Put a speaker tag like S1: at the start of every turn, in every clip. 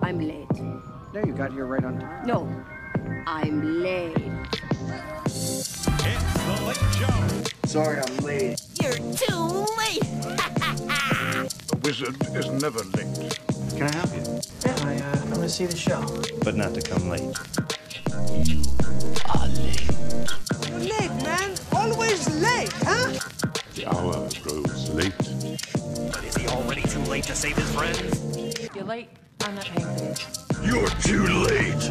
S1: I'm late.
S2: No, you got here right on time.
S1: No, I'm late.
S3: It's the Late Show.
S2: Sorry, I'm late.
S4: You're too late.
S3: The wizard is never late.
S5: Can I help you?
S6: Yeah, I, uh, I'm gonna see the show.
S5: But not to come late.
S7: Late, man. Always late, huh?
S3: The hour grows late.
S8: Is he already too late to save his friends?
S9: You're late. I'm not paying for it.
S3: You're too late.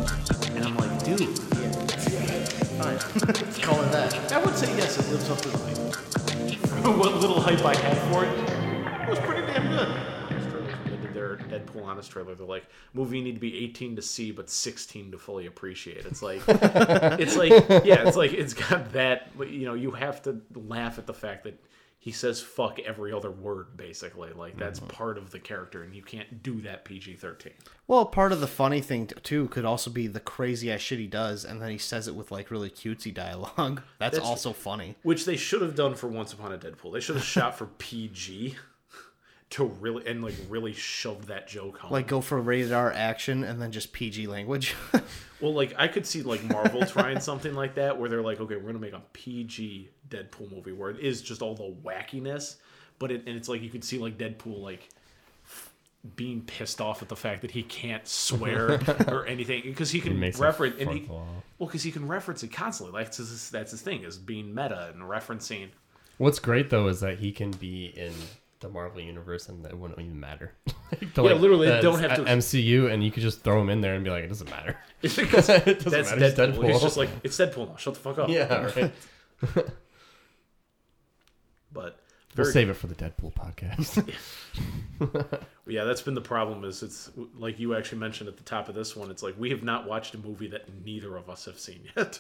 S5: And I'm like, dude. Yeah. Fine. Let's call it that. I would say yes, it lives up to the hype. what little hype I had for it, it was pretty damn good.
S10: They did their Deadpool Honest trailer. They're like, movie you need to be 18 to see, but 16 to fully appreciate. It's like, it's like, yeah, it's like, it's got that, you know, you have to laugh at the fact that he says fuck every other word, basically. Like, that's
S5: Mm-hmm.
S10: part of the character, and you can't do that PG 13.
S11: Well, part of the funny thing t- too could also be the crazy ass shit he does, and then he says it with like really cutesy dialogue. That's,
S10: That's-
S11: also funny.
S10: Which they should have done for Once Upon a Deadpool. They should have shot for PG to really, and like, really shove that joke home.
S11: Like go for rated R action and then just PG language.
S10: Well, like I could see like Marvel trying something like that, where they're like, okay, we're gonna make a PG Deadpool movie where it is just all the wackiness, but it and it's like you could see like Deadpool like being pissed off at the fact that he can't swear or anything because he can
S5: makes a
S10: reference and he,
S5: fuck law.
S10: well because he can reference it constantly. Like that's his, that's his thing is being meta and referencing.
S5: What's great though is that he can be in the Marvel universe and it wouldn't even matter. yeah,
S10: literally,
S5: uh,
S10: they don't have to-
S5: MCU, and you could just throw him in there and be like, it doesn't matter.
S10: Because
S5: It doesn't
S10: that's
S5: matter, it's
S10: Deadpool. He's
S5: Deadpool.
S10: just like it's Deadpool now. Shut the fuck up.
S5: yeah, right.
S10: But
S5: we'll
S10: very-
S5: save it for the Deadpool podcast.
S10: Yeah, that's been the problem. Is it's like you actually mentioned at the top of this one. It's like we have not watched a movie that neither of us have seen yet.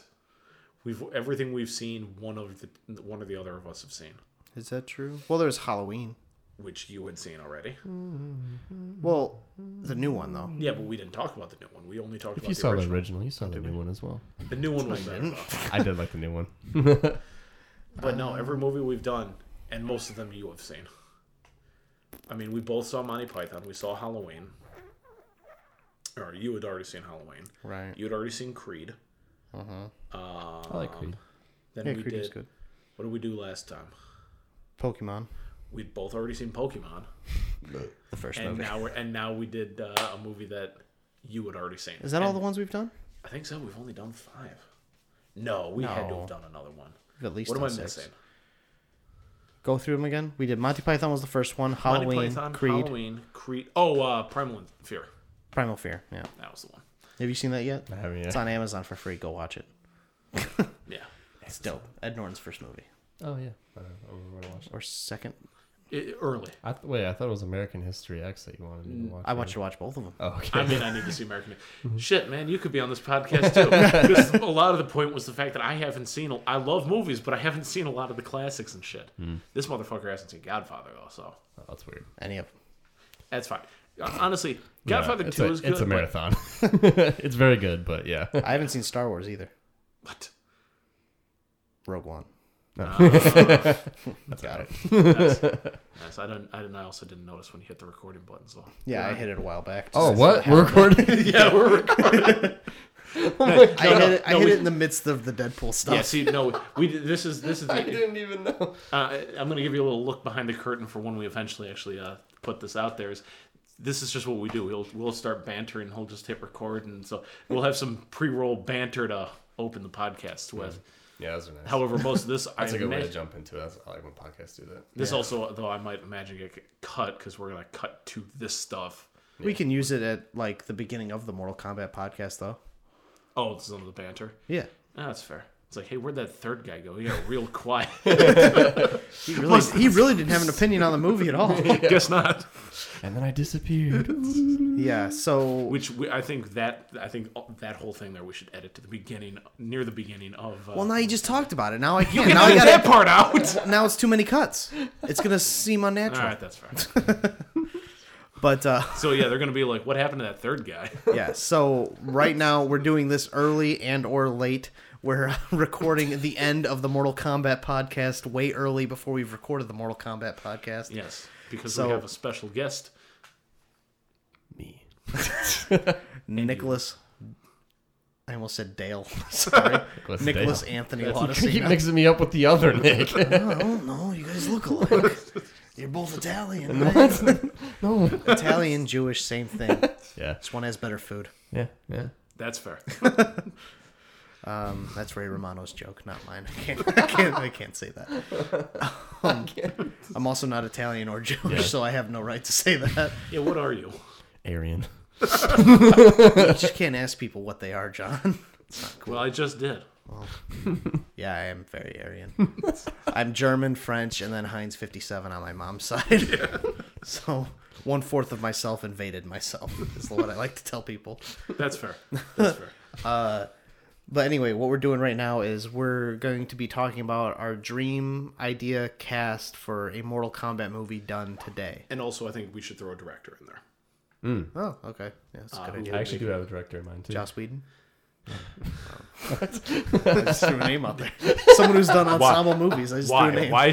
S10: We've everything we've seen. One of the one or the other of us have seen,
S11: Is that true? Well, there's Halloween.
S10: which you had seen already.
S5: Mm-hmm.
S11: Well, the new one though.
S10: Yeah, but we didn't talk about the new one. We only talked
S5: if
S10: about
S5: you
S10: the
S5: saw
S10: original.
S5: the original, you saw the new one as well.
S10: The new one was better. though.
S5: I did like the new one.
S10: But no, every movie we've done, and most of them you have seen. I mean, we both saw Monty Python. We saw Halloween. Or you had already seen Halloween.
S11: Right.
S10: You had already seen Creed.
S11: Mm-hmm.
S10: Um,
S5: I like Creed.
S10: Then
S11: Yeah,
S10: we
S11: Creed
S10: did.
S11: is good.
S10: What did we do last time?
S11: Pokemon,
S10: We'd both already seen Pokemon.
S11: the first
S10: and
S11: movie.
S10: now we're and now we did uh, a movie that you had already seen.
S11: Is that all the ones we've done?
S10: I think so. We've only done five. No, we had to
S11: No.
S10: have done another one.
S11: We've at least
S10: What am
S11: done
S10: I
S11: six.
S10: missing?
S11: Go through them again. We did Monty Python was the first one.
S10: Monty
S11: Halloween,
S10: Python,
S11: Creed,
S10: Halloween, Creed. Oh, uh, Primal Fear.
S11: Primal Fear. Yeah.
S10: That was the one.
S11: Have you seen that yet?
S5: I haven't yet.
S11: It's on Amazon for free. Go watch it.
S10: Yeah.
S11: It's dope. Ed Norton's first movie
S5: Oh yeah, I remember when I watched it.
S11: or second.
S10: I- early.
S5: I th- wait, I thought it was American History X that you wanted me to watch.
S11: I want you to watch both of them.
S5: Oh, okay.
S10: Mm, I mean, I need to see American.
S5: Mm-hmm.
S10: Shit, man, you could be on this podcast too. Because a lot of the point was the fact that I haven't seen. I love movies, but I haven't seen a lot of the classics and shit.
S5: Mm.
S10: This motherfucker hasn't seen Godfather though, so
S5: Oh, that's weird.
S11: Any of them.
S10: that's fine. Uh, Honestly, Godfather
S5: Yeah, it's
S10: Two
S5: a,
S10: is good.
S5: It's a
S10: but-
S5: marathon. it's very good, but yeah.
S11: I haven't seen Star Wars either.
S10: What?
S11: Rogue One.
S10: Got it. Yes, I don't. I didn't. I also didn't notice when you hit the recording button. So
S11: Yeah, I hit it a while back.
S5: Oh,
S11: Just-
S5: what? We're recording?
S10: yeah, we're recording.
S11: I hit, it, I
S10: no,
S11: hit
S10: we-
S11: it in the midst of the Deadpool stuff.
S10: yeah, see, no, we. did- This is this is.
S5: I
S10: The,
S5: didn't even know.
S10: uh, I'm gonna give you a little look behind the curtain for when we eventually actually uh, put this out there. Is this is just what we do. We'll we'll start bantering. He'll just hit record, and so we'll have some pre-roll banter to open the podcast with.
S5: Yeah, those are nice.
S10: However, most of this
S5: that's
S10: I
S5: a good way to
S10: imagine-
S5: jump into. it. That's I like when podcasts do that.
S10: This also, though, I might imagine get cut because we're gonna cut to this stuff.
S11: We can use it at like the beginning of the Mortal Kombat podcast, though.
S10: Oh, this is some of the banter.
S11: Yeah,
S10: Ah, that's fair. It's like, hey, where'd that third guy go? He got real quiet.
S11: he really, he really didn't have an opinion on the movie at all.
S10: Guess not.
S5: And then I disappeared.
S11: yeah, so
S10: Which we, I think that I think that whole thing there we should edit to the beginning, near the beginning of. Uh,
S11: well, now you just talked about it. Now I can't.
S10: get
S11: Now I got
S10: that part out.
S11: Now it's too many cuts. It's gonna seem
S10: All
S11: unnatural.
S10: right, that's fair.
S11: But uh,
S10: So yeah, they're gonna be like, what happened to that third guy?
S11: yeah, so right now we're doing this early and or late. We're recording the end of the Mortal Kombat podcast way early before we've recorded the Mortal Kombat podcast.
S10: Yes, because
S11: So-
S10: we have a special guest.
S5: Me.
S11: Nicholas. I almost said Dale. Sorry,
S12: Nicholas
S11: Nicholas
S12: Dale.
S11: Anthony
S12: That's- you keep
S11: Laudicino.
S12: mixing me up with the other Nick.
S11: no, no, you guys look alike. You're both Italian,
S12: No,
S11: right?
S12: no.
S11: Italian, Jewish, same thing.
S12: Yeah.
S11: this one has better food.
S12: Yeah, yeah.
S10: That's fair.
S11: Um, that's Ray Romano's joke, not mine. I can't, I can't, I can't say that. Um, I'm also not Italian or Jewish,
S12: Yeah.
S11: so I have no right to say that.
S10: Yeah, what are you?
S12: Aryan.
S11: you just can't ask people what they are, John.
S10: Well, I just did.
S11: Yeah, I am very Aryan. I'm German, French, and then Heinz 57 on my mom's side. So one fourth of myself invaded myself, is what I like to tell people.
S10: That's fair. That's fair.
S11: But anyway, what we're doing right now is we're going to be talking about our dream idea cast for a Mortal Kombat movie done today.
S10: And also, I think we should throw a director in there.
S11: Oh, okay. Yeah, that's a good idea.
S12: I actually do have a director in mind too.
S11: Joss Whedon. I just threw a name out there. Someone who's done ensemble movies. I just threw a
S10: Why?
S11: name.
S10: Why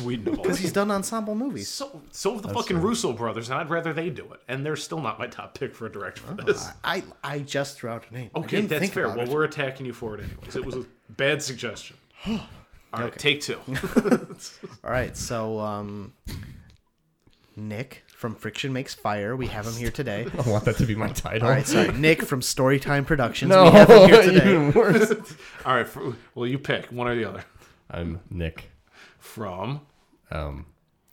S10: Whedden? of all
S11: Because he's done ensemble movies.
S10: So, so have the fucking Russo brothers, and I'd rather they do it. And they're still not my top pick for a director for this.
S11: I I just threw out a name. Oh, I
S10: Okay,
S11: didn't
S10: that's
S11: think
S10: fair.
S11: about
S10: Well,
S11: it.
S10: we're attacking you for it anyways. It was a bad suggestion. All right, take two.
S11: All right, so um, Nick from Friction Makes Fire, we have him here today.
S12: I want that to be my title.
S11: All right, sorry, Nick from Storytime Productions,
S12: No,
S11: we have him here today.
S12: even worse.
S10: All right, for, well, you pick one or the other.
S12: I'm Nick.
S10: From
S12: Um,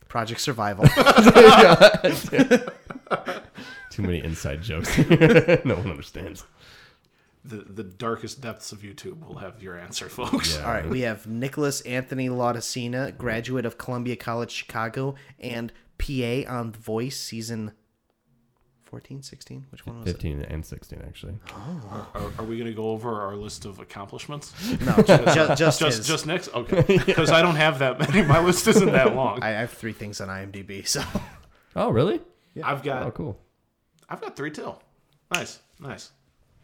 S11: Project Survival.
S12: too many inside jokes. no one understands.
S10: the, the darkest depths of YouTube, we'll have your answer, folks.
S11: All right, we have Nicholas Anthony Laudicina, graduate of Columbia College Chicago, and PA on The Voice season 14, 16? Which one was it?
S12: 15 and 16 actually.
S10: Are, are we going to go over our list of accomplishments?
S11: No, just, just, just,
S10: Just
S11: his.
S10: just next? Okay. Because I don't have that many. My list isn't that long.
S11: I I have three things on IMDb, so
S12: Oh, really?
S10: I've
S12: Oh,
S10: got
S12: cool.
S10: I've got three too. Nice, nice.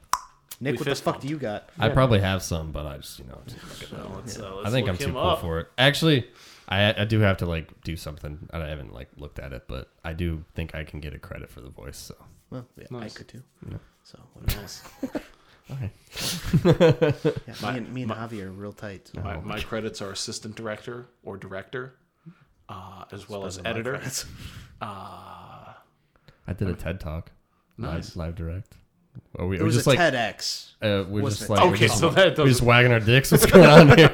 S11: Nick,
S10: We
S11: what the
S10: fist
S11: fuck
S10: bumped.
S11: do you got?
S12: I probably have some, but I just, you know,
S10: So let's, uh, let's
S12: I think
S10: look
S12: I'm too
S10: him
S12: cool
S10: up.
S12: for it. Actually, I I do have to like do something. I haven't like looked at it, but I do think I can get a credit for the voice. So
S11: Well, yeah,
S10: Nice.
S11: I could too. So whatever. Yeah, me and, me and Javi are real tight.
S10: My,
S12: Oh,
S10: my credits are assistant director or director, uh, as well as editor. Uh,
S12: I did a TED talk.
S10: Nice.
S12: live, live direct. Are we,
S11: It
S12: we're
S11: was
S12: just
S11: a
S12: like
S11: TEDx.
S12: uh, we're
S11: Wasn't
S12: just
S11: it?
S12: like we're
S10: okay,
S12: just,
S10: so that
S12: we're just
S10: doesn't.
S12: wagging our dicks. What's going on here?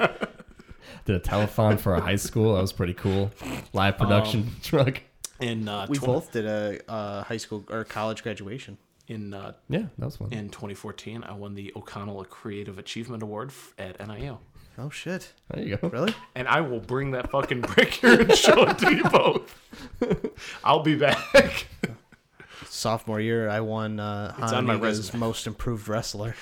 S12: did a telethon for a high school. That was pretty cool. Live
S10: Um,
S12: production truck.
S10: In uh,
S11: We
S10: tw-
S11: both did a uh, high school or college graduation.
S10: in uh,
S12: Yeah, that was fun.
S10: in 2014, I won the O'Connell Creative Achievement Award f- at NIU,
S11: Oh shit!
S12: There you go.
S11: Really?
S10: and I will bring that fucking brick here and show it to you both. I'll be back.
S11: Sophomore year, I won uh,
S10: on my
S11: Honeyg's
S10: resume.
S11: most improved wrestler.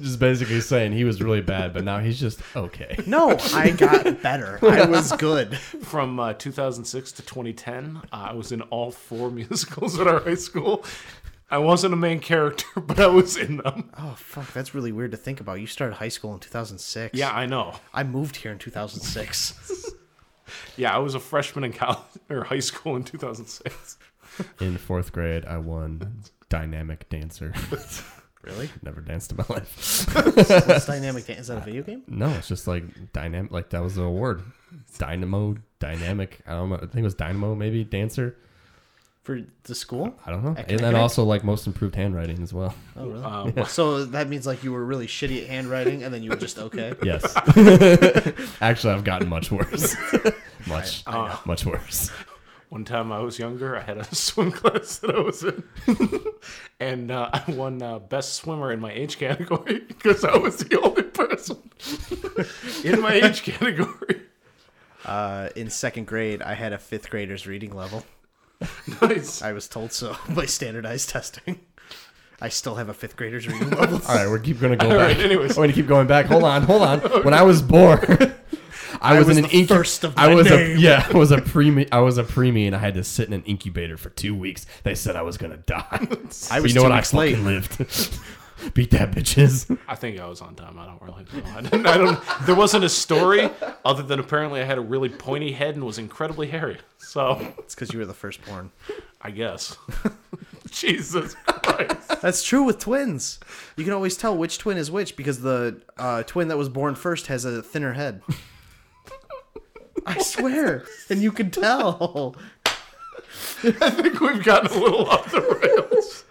S12: Just basically saying he was really bad, but now he's just okay.
S11: No, I got better. I was good.
S10: From uh, 2006 to 2010, uh, I was in all four musicals at our high school. I wasn't a main character, but I was in them.
S11: Oh fuck, that's really weird to think about. You started high school in 2006.
S10: Yeah, I know.
S11: I moved here in 2006.
S10: Yeah, I was a freshman in college or high school in 2006.
S12: In fourth grade, I won dynamic dancer.
S11: really?
S12: Never danced in my life.
S11: What's dynamic? Dan- Is that a video game?
S12: No, it's just like dynamic. Like that was the award. Dynamo, dynamic. I don't know. I think it was Dynamo, maybe dancer.
S11: For the school?
S12: I don't know.
S11: Ec-
S12: and then
S11: ec-
S12: also like most improved handwriting as well.
S11: Oh, really? So that means like you were really shitty at handwriting, and then you were just okay.
S12: Yes. Actually, I've gotten much worse. much, much worse.
S10: One time I was younger, I had a swim class that I was in, and uh, I won uh, best swimmer in my age category because I was the only person in my age category.
S11: Uh, in second grade, I had a fifth grader's reading level.
S10: Nice.
S11: I was told so by standardized testing. I still have a fifth grader's reading level.
S12: All right, we're keep gonna go
S10: right,
S12: back.
S10: anyways.
S12: we're gonna keep going back. Hold on, hold on. When I was born, I, was,
S11: was
S12: in an
S11: the
S12: incubator.
S11: first of
S12: I
S11: my
S12: was
S11: name.
S12: a yeah, I was a preemie. I was a preemie, and I had to sit in an incubator for two weeks. They said I was gonna die.
S11: I
S12: But
S11: was
S12: you know
S11: two
S12: what?
S11: weeks
S12: I
S11: late.
S12: fucking lived. Beat that, bitches.
S10: I think I was on time. I don't really know. I don't, I don't. There wasn't a story other than apparently I had a really pointy head and was incredibly hairy. So
S11: it's because you were the firstborn.
S10: I guess. Jesus Christ.
S11: That's true with twins. You can always tell which twin is which because the uh, twin that was born first has a thinner head. I swear, and you can tell.
S10: I think we've gotten a little off the rails.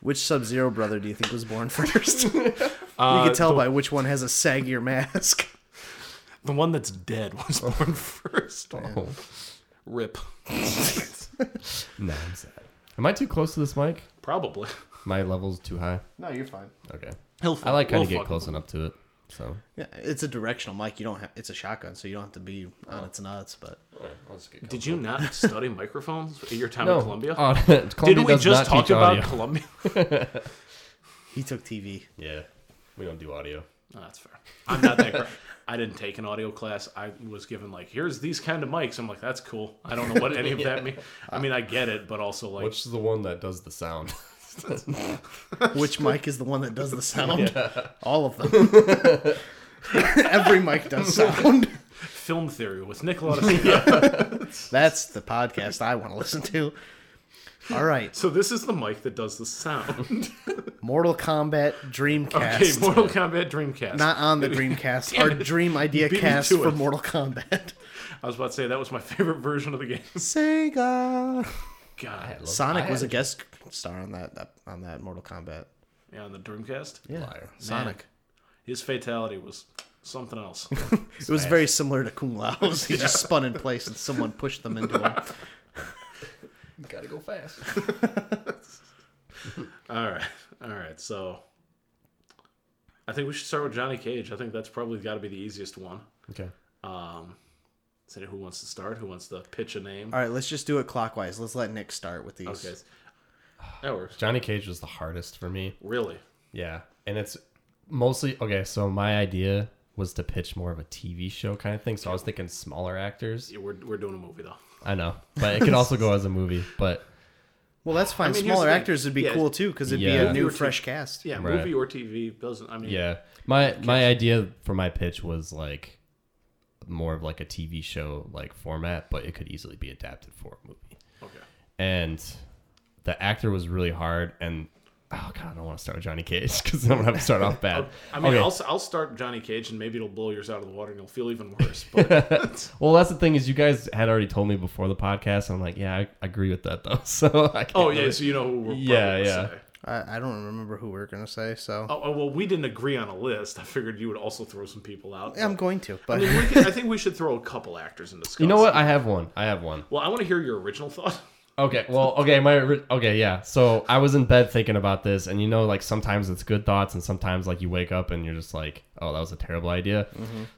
S11: Which Sub Zero brother do you think was born first? you can tell by which one has a saggier mask.
S10: The one that's dead was born first.
S11: Oh.
S10: Rip.
S12: no, I'm sad. Am I too close to this mic?
S10: Probably.
S12: My level's too high.
S11: No, you're fine.
S12: Okay.
S10: He'll
S12: I like kind
S10: we'll
S12: of get
S10: fuck
S12: close
S10: him.
S12: enough to it. So
S11: Yeah, it's a directional mic. You don't have. It's a shotgun, so you don't have to be on its nuts. But
S10: Did you not study microphones at your time
S12: No.
S10: in Columbia?
S12: Oh, Columbia
S10: Didn't we
S12: does not
S10: just talk
S12: teach
S10: about
S12: audio.
S10: Columbia?
S11: he took TV.
S12: yeah, we don't do audio.
S10: No, that's fair. I'm not that. Cr- I didn't take an audio class. I was given like, here's these kind of mics. I'm like, that's cool. I don't know what any of that means. I mean, I get it, but also like,
S12: Which is the one that does the sound?
S11: Which mic is the one that does the sound? All of them. Every mic does sound.
S10: film theory with Nicolas.
S11: That's the podcast I want to listen to. All right,
S10: so this is the mic that does the sound.
S11: Mortal Kombat Dreamcast.
S10: okay, Mortal Kombat Dreamcast.
S11: Not on the Dreamcast. Our Dream Idea
S10: Beat me
S11: Cast
S10: to
S11: for
S10: it.
S11: Mortal Kombat.
S10: I was about to say that was my favorite version of the game.
S11: Sega.
S10: God,
S11: Sonic was a guest star on that on that Mortal Kombat.
S10: yeah, on the Dreamcast,
S11: Yeah,
S12: Liar.
S11: Sonic.
S10: his fatality was something else.
S11: It was very similar to Kung Lao's. He just spun in place and someone pushed them into him.
S12: Gotta go fast.
S10: all right, all right. So, I think we should start with Johnny Cage. I think that's probably got to be the easiest one.
S12: Okay.
S10: So Um, who wants to start? Who wants to pitch a name?
S11: All right, let's just do it clockwise. Let's let Nick start with these.
S10: Okay. That works.
S12: Johnny Cage was the hardest for me.
S10: Really?
S12: Yeah, and it's mostly okay. So my idea was to pitch more of a TV show kind of thing. So I was thinking smaller actors.
S10: Yeah, We're, we're doing a movie, though.
S12: I know, but it could also go as a movie. But
S11: Well, that's fine.
S10: mean, here's
S11: Smaller
S10: the thing.
S11: actors would be
S10: Yeah.
S11: cool too because it'd
S12: Yeah.
S11: be a new
S10: Movie or
S11: fresh
S10: two.
S11: cast.
S10: Yeah,
S12: Right.
S10: movie or TV doesn't. I mean,
S12: yeah, my my idea for my pitch was like more of like a TV show like format, but it could easily be adapted for a movie.
S10: Okay.
S12: And the actor was really hard. And oh god, I don't want to start with Johnny Cage because I'm gonna have to start off bad.
S10: I mean,
S12: Okay.
S10: I'll, I'll start Johnny Cage and maybe it'll blow yours out of the water and you'll feel even worse. But
S12: Well, that's the thing is you guys had already told me before the podcast. And I'm like, yeah, I agree with that though. So I can't
S10: oh
S12: really-
S10: yeah, so you know who we're probably
S12: Yeah,
S10: gonna
S12: yeah.
S10: say.
S11: I, I don't remember who we are gonna say, so
S10: Oh, oh, well, we didn't agree on a list. I figured you would also throw some people out.
S11: I'm going to. But
S10: I, mean, we can, I think we should throw a couple actors in discuss.
S12: You know what? I have one. I have one.
S10: Well, I want to hear your original thought.
S12: Okay. Well, okay. My ri- okay. Yeah. So I was in bed thinking about this, and you know, like sometimes it's good thoughts, and sometimes like you wake up and you're just like, oh, that was a terrible idea.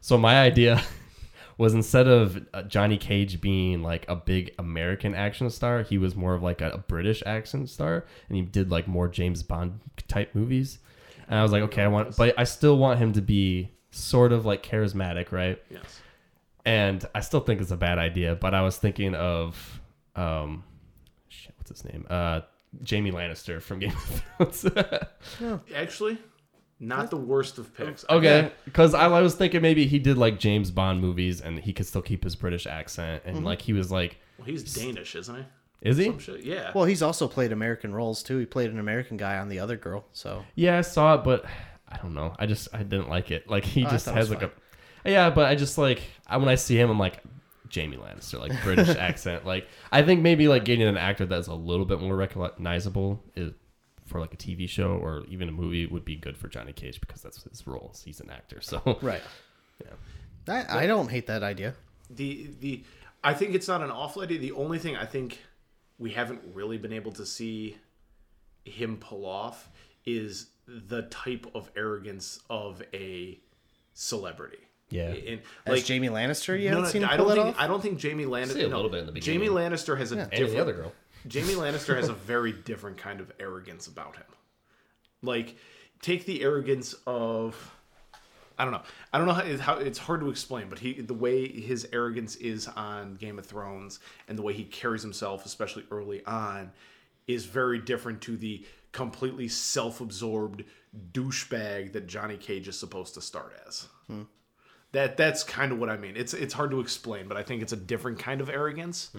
S12: So my idea was instead of uh, Johnny Cage being like a big American action star, he was more of like a, a British action star, and he did like more James Bond type movies. And I was like, okay, I want, but I still want him to be sort of like charismatic, right?
S10: Yes.
S12: and I still think it's a bad idea. But I was thinking of, um, shit, what's his name? Uh, Jamie Lannister from Game of Thrones.
S10: Actually, not the worst of picks.
S12: okay, because I, I was thinking maybe he did like James Bond movies, and he could still keep his British accent, and like he was like,
S10: Well, he's Danish, isn't he?
S12: is he?
S10: Shit, Yeah.
S11: well, he's also played American roles too. He played an American guy on the other girl, so
S12: Yeah, I saw it, but I don't know. I just I didn't like it. Like he
S11: Oh, I
S12: just
S11: thought it
S12: has
S11: was
S12: like a yeah, but I just like I, when I see him, I'm like Jamie Lannister, like British accent. Like I think maybe like getting an actor that's a little bit more recognizable is, for like a TV show or even a movie would be good for Johnny Cage because that's his role. He's an actor, so
S11: right. Yeah, I, I don't hate that idea.
S10: the the I think it's not an awful idea. The only thing I think we haven't really been able to see him pull off is the type of arrogance of a celebrity.
S12: Yeah.
S10: and
S11: As
S10: like
S11: Jamie Lannister, you
S10: no,
S11: haven't
S10: no,
S11: seen him
S10: I
S11: pull
S10: don't
S11: that
S10: think
S11: off.
S10: I don't think Jamie Lannister.
S12: See a
S10: no,
S12: little bit in the beginning.
S10: Jamie Lannister has a
S12: and
S10: different
S12: the other girl.
S10: Jamie Lannister has a very different kind of arrogance about him. Like, take the arrogance of I don't know. I don't know how, how it's hard to explain, but he the way his arrogance is on Game of Thrones and the way he carries himself, especially early on, is very different to the completely self-absorbed douchebag that Johnny Cage is supposed to start as.
S11: Hmm.
S10: That that's kind of what I mean. It's it's hard to explain, but I think it's a different kind of arrogance.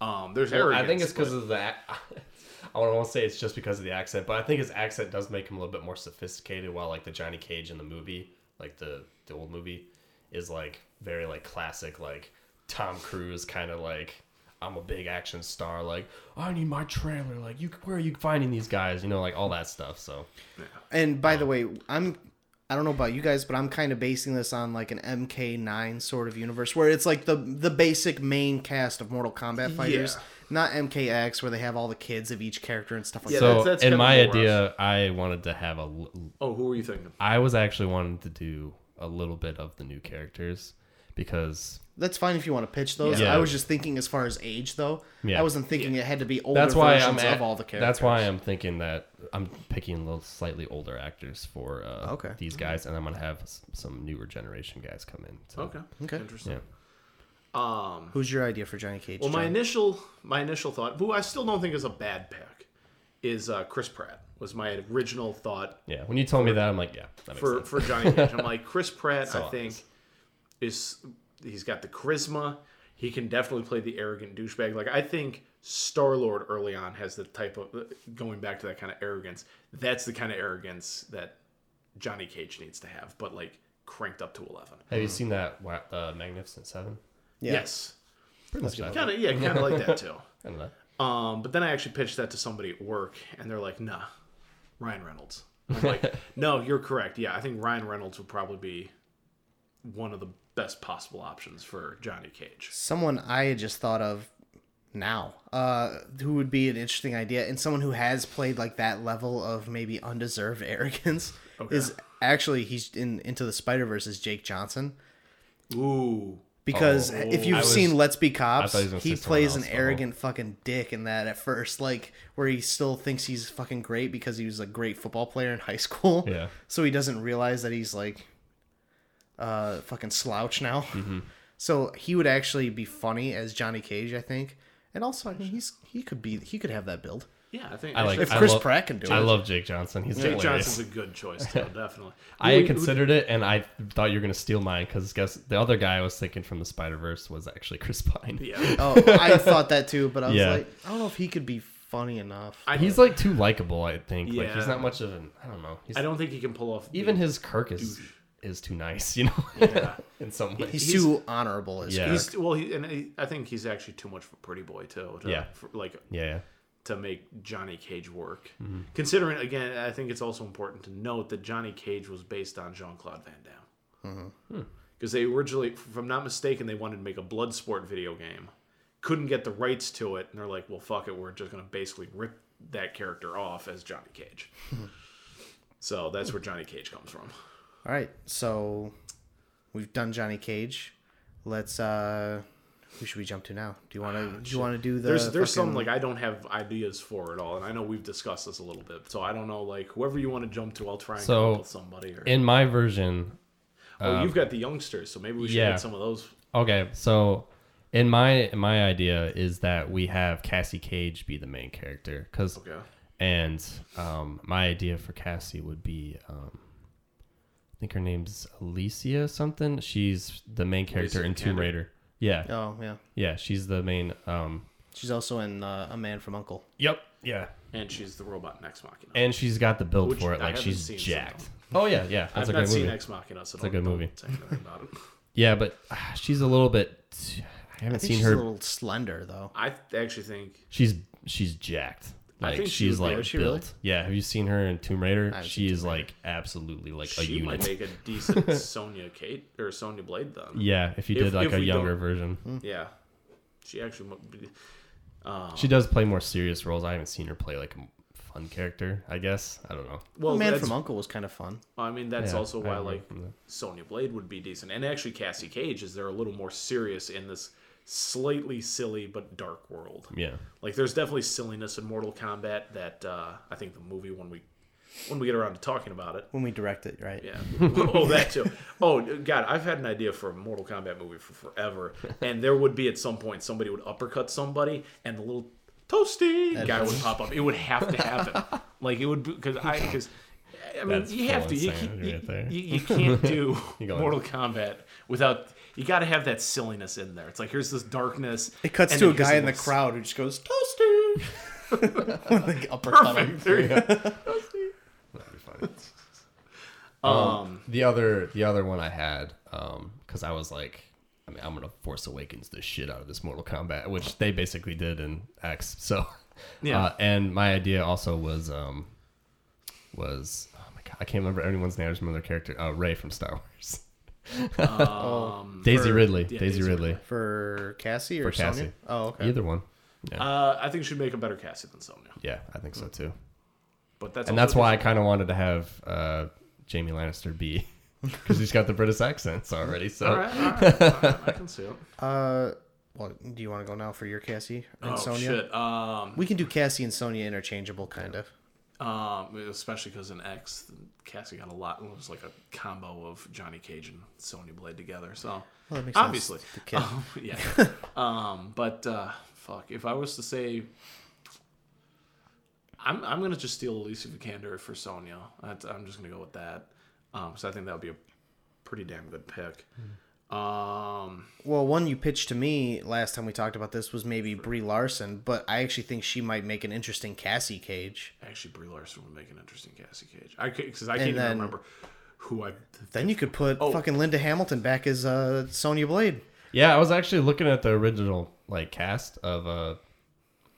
S10: Um, there's
S12: Well,
S10: arrogance.
S12: I think it's because
S10: but-
S12: of that. I want to say it's just because of the accent, but I think his accent does make him a little bit more sophisticated. While like the Johnny Cage in the movie, like the the old movie, is like very like classic, like Tom Cruise kind of like I'm a big action star. Like I need my trailer. Like you, where are you finding these guys? You know, like all that stuff. So
S11: And by the way, I'm I don't know about you guys, but I'm kind of basing this on like an MK9 sort of universe where it's like the the basic main cast of Mortal Kombat fighters,
S10: Yeah.
S11: not MKX where they have all the kids of each character and stuff like that.
S10: Yeah,
S12: so
S10: that's- that's
S12: in
S10: kinda
S12: my
S10: more us.
S12: idea, I wanted to have a. l-
S10: Oh, who were you thinking?
S12: I was actually wanting to do a little bit of the new characters because
S11: That's fine if you want to pitch those.
S12: Yeah.
S11: I was just thinking as far as age though.
S12: Yeah.
S11: I wasn't thinking it had to be older
S12: that's why I'm
S11: versions
S12: at-
S11: of all the characters.
S12: That's why I'm thinking that I'm picking little slightly older actors for uh,
S11: Okay.
S12: these guys, and I'm gonna have s- some newer generation guys come in. So,
S10: Okay.
S11: Okay.
S10: Interesting.
S12: Yeah.
S10: Um,
S11: Who's your idea for Johnny Cage?
S10: well, my
S11: John?
S10: initial my initial thought, who I still don't think is a bad pick, is uh, Chris Pratt. Was my original thought
S12: Yeah. When you told me that, I'm like, yeah, that makes
S10: for
S12: sense.
S10: for Johnny Cage. I'm like Chris Pratt.
S12: So
S10: I think is he's got the charisma. He can definitely play the arrogant douchebag. Like I think Star Lord early on has the type of going back to that kind of arrogance. That's the kind of arrogance that Johnny Cage needs to have, but like cranked up to eleven.
S12: Have you
S11: Hmm.
S12: seen that wa- uh, Magnificent Seven?
S11: Yeah.
S10: Yes,
S12: Pretty much that.
S10: kind of yeah, kind of like that too.
S12: Kinda that.
S10: Um, but then I actually pitched that to somebody at work, and they're like, "Nah, Ryan Reynolds." I'm like, "No, you're correct. Yeah, I think Ryan Reynolds would probably be one of the best possible options for Johnny Cage."
S11: someone I had just thought of now, uh, who would be an interesting idea, and someone who has played like that level of maybe undeserved arrogance
S10: Okay.
S11: is actually he's in into the Spider Verse is Jake Johnson
S10: Ooh,
S11: because
S12: Oh.
S11: if
S12: I
S11: you've
S12: was-
S11: seen Let's Be
S12: I
S11: Cops,
S12: thought he was gonna
S11: he
S12: say someone
S11: plays an
S12: else, though.
S11: arrogant fucking dick in that at first, like where he still thinks he's fucking great because he was a great football player in high school.
S12: Yeah.
S11: So he doesn't realize that he's like uh fucking slouch now.
S12: Mm-hmm.
S11: So he would actually be funny as Johnny Cage, I think. And also, I mean, he's he could be he could have that build.
S10: yeah, I think
S12: I like.
S11: If
S12: I
S11: Chris
S12: love-
S11: Pratt can do
S12: I
S11: it.
S12: love Jake Johnson. He's
S10: Jake
S12: hilarious.
S10: Johnson's a good choice, too, definitely.
S12: I
S10: Who-
S12: had
S10: who-
S12: considered it, and I thought you were gonna steal mine because guess the other guy I was thinking from the Spider Verse was actually Chris Pine.
S10: Yeah,
S11: Oh, I thought that too, but I was
S12: Yeah.
S11: like, I don't know if he could be funny enough.
S10: I-
S12: He's like too likable, I think. Like
S10: Yeah.
S12: he's not much of an I don't know. He's,
S10: I don't think he can pull off the-
S12: even his Kirk is is too nice, you know. in some ways.
S11: he's, too honorable as
S12: Yeah.
S11: yeah.
S10: He's well, he, and he, I think he's actually too much of a pretty boy too. To,
S12: Yeah.
S10: for, like
S12: yeah, yeah.
S10: to make Johnny Cage work.
S12: Mm-hmm.
S10: Considering again, I think it's also important to note that Johnny Cage was based on Jean Claude Van Damme.
S11: Mm-hmm.
S12: Hmm.
S10: Because they originally, if I'm not mistaken, they wanted to make a Bloodsport video game, couldn't get the rights to it, and they're like, "Well, fuck it, we're just gonna basically rip that character off as Johnny Cage." so that's where Johnny Cage comes from.
S11: All right, so we've done Johnny Cage. Let's uh who should we jump to now? Do you want to do you want to do the
S10: Ah, There's there's some
S11: fucking-
S10: like I don't have ideas for at all, and I know we've discussed this a little bit, so I don't know like whoever you want to jump to, I'll try and
S12: So,
S10: come up with somebody. Or...
S12: In my version,
S10: Oh, you've got the youngsters, so maybe we should
S12: Um, yeah.
S10: get some of those.
S12: okay, so in my my idea is that we have Cassie Cage be the main character cuz
S10: Okay.
S12: and um my idea for Cassie would be um I think her name's Alicia something. She's the main character
S10: Alicia
S12: in Tomb
S10: Vikander.
S12: Raider. Yeah.
S11: Oh, yeah.
S12: Yeah, she's the main um
S11: She's also in uh, A Man from Uncle.
S12: Yep. Yeah.
S10: And she's the robot in Ex Machina.
S12: And she's got the build
S10: Which
S12: for it.
S10: I
S12: Like
S10: haven't
S12: she's
S10: seen, so
S12: jacked. Oh yeah, yeah.
S10: I've
S12: That's a
S10: not
S12: good movie.
S10: seen Ex Machina, so it's
S12: a good movie.
S10: Say anything about it.
S12: Yeah, but ah, she's a little bit. I haven't
S11: I think
S12: seen
S11: she's
S12: her.
S11: a little slender though.
S10: I actually think
S12: She's she's jacked.
S10: I
S12: Like
S10: think she
S12: she's
S10: would be-
S12: like
S10: is she
S12: built.
S10: really?
S12: Yeah. Have you seen her in Tomb Raider?
S11: haven't
S12: She is like absolutely like a
S10: she
S12: unit.
S10: might make a decent Sonya Kate or Sonya Blade then.
S12: yeah, if you
S10: If-
S12: did like
S10: if
S12: a
S10: we
S12: younger
S10: don't-
S12: version,
S11: Hmm.
S10: Yeah. She actually. might be-
S12: she does play more serious roles. I haven't seen her play like a fun character. I guess I don't know.
S10: Well,
S11: a Man
S10: that's-
S11: from Uncle was kind of fun.
S10: I mean, that's
S12: Yeah,
S10: also
S12: I
S10: why
S12: agree
S10: like
S12: with that.
S10: Sonya Blade would be decent, and actually Cassie Cage is they're a little more serious in this slightly silly but dark world.
S12: Yeah.
S10: Like there's definitely silliness in Mortal Kombat that uh, I think the movie when we when we get around to talking about it.
S11: When we direct it, right?
S10: Yeah. oh, that too. Oh God, I've had an idea for a Mortal Kombat movie for forever, and there would be at some point somebody would uppercut somebody, and the little toasty
S5: That
S10: guy would
S5: is-
S10: pop up. It would have to happen. like it would because I because I mean
S5: That's
S10: you have
S5: full
S10: to you,
S5: insanity
S10: you-
S5: right there.
S10: you- you can't do
S5: You go
S10: Mortal Kombat without you got to have that silliness in there. It's like here's this darkness.
S11: It cuts
S10: and
S11: to a
S10: then here's
S11: guy in the
S10: most-
S11: crowd who just goes
S10: toasty.
S11: Like, uppercut him.
S10: Perfect. There you go.
S12: That'd be funny.
S10: Um,
S12: Um, the other the other one I had um because I was like I mean I'm gonna Force Awakens the shit out of this Mortal Kombat which they basically did in X so
S10: Yeah.
S12: uh, and my idea also was um was oh my god I can't remember anyone's name I just remember their character uh, Ray from Star Wars
S10: Um,
S12: Daisy
S10: for-
S12: Ridley
S10: yeah,
S12: Daisy
S10: Daisy
S12: Ridley
S11: for Cassie or
S12: for Cassie
S11: Sonya? Oh, okay.
S12: either one yeah
S10: Uh, I think she'd make a better Cassie than Sonya.
S12: yeah I think so too
S10: But that's
S12: and
S10: also
S12: that's why I kind of wanted to have uh Jamie Lannister be because he's got the British accents already so
S11: All right, all right, all right, I can
S10: see it.
S11: Uh, well, do you want to go now for your Cassie and
S10: Oh,
S11: Sonya?
S10: shit, um,
S11: we can do Cassie and Sonya interchangeable, kind of.
S10: Um, especially because in X, Cassie got a lot. It was like a combo of Johnny Cage and Sonya Blade together. So
S11: Well, that makes sense.
S10: obviously,
S11: The kid.
S10: Um, yeah. um, but uh, fuck, if I was to say, I'm I'm gonna just steal Alicia Vikander for Sonya. That's, I'm just gonna go with that. Um, so I think that would be a pretty damn good pick.
S11: Hmm.
S10: Um,
S11: Well, one you pitched to me last time we talked about this was maybe Brie Larson, but I actually think she might make an interesting Cassie Cage.
S10: actually, Brie Larson would make an interesting Cassie Cage. I because I
S11: And
S10: can't
S11: then-
S10: even remember who I
S11: Then you could put
S10: Oh.
S11: fucking Linda Hamilton back as uh, Sonya Blade.
S12: Yeah, I was actually looking at the original like cast of uh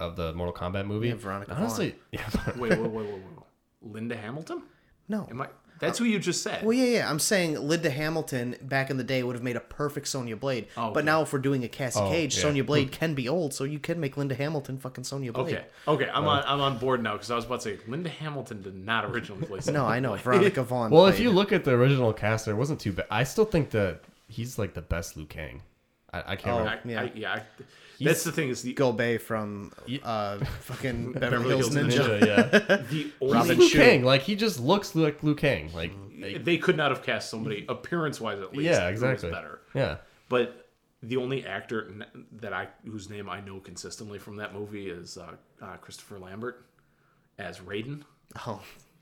S12: of the Mortal Kombat movie.
S11: Yeah, Veronica
S12: Honestly,
S11: Vaughn.
S12: yeah.
S10: wait, wait, wait, wait, wait. Linda Hamilton?
S11: No.
S10: Am I? That's who you just said.
S11: Well, yeah, yeah. I'm saying Linda Hamilton back in the day would have made a perfect Sonya Blade.
S10: Oh,
S11: but
S10: okay.
S11: now, if we're doing a Cassie
S10: Oh,
S11: Cage,
S10: yeah.
S11: Sonya
S12: Hmm.
S11: Blade can be old, so you can make Linda Hamilton fucking Sonya Blade.
S10: Okay, okay, I'm
S11: uh,
S10: on. I'm on board now because I was about to say Linda Hamilton did not originally play.
S11: No, I know.
S10: Blade.
S11: Veronica Vaughn.
S12: well, if
S11: played-
S12: you look at the original cast, there wasn't too bad. I still think that he's like the best Liu Kang. I, I
S11: Oh,
S12: can't. remember.
S10: I-
S11: yeah.
S10: I- yeah, I- that's the thing is the
S11: Golbey from uh, fucking Beverly Hills Ninja.
S12: yeah.
S10: The
S12: Robin
S10: only
S12: Liu Kang, like he just looks like Liu Kang. Like
S10: they could not have cast somebody appearance wise at least.
S12: yeah,
S10: who was
S12: exactly.
S10: better.
S12: Yeah.
S10: But the only actor n- that I whose name I know consistently from that movie is uh, uh, Christopher Lambert as Raiden
S11: Oh,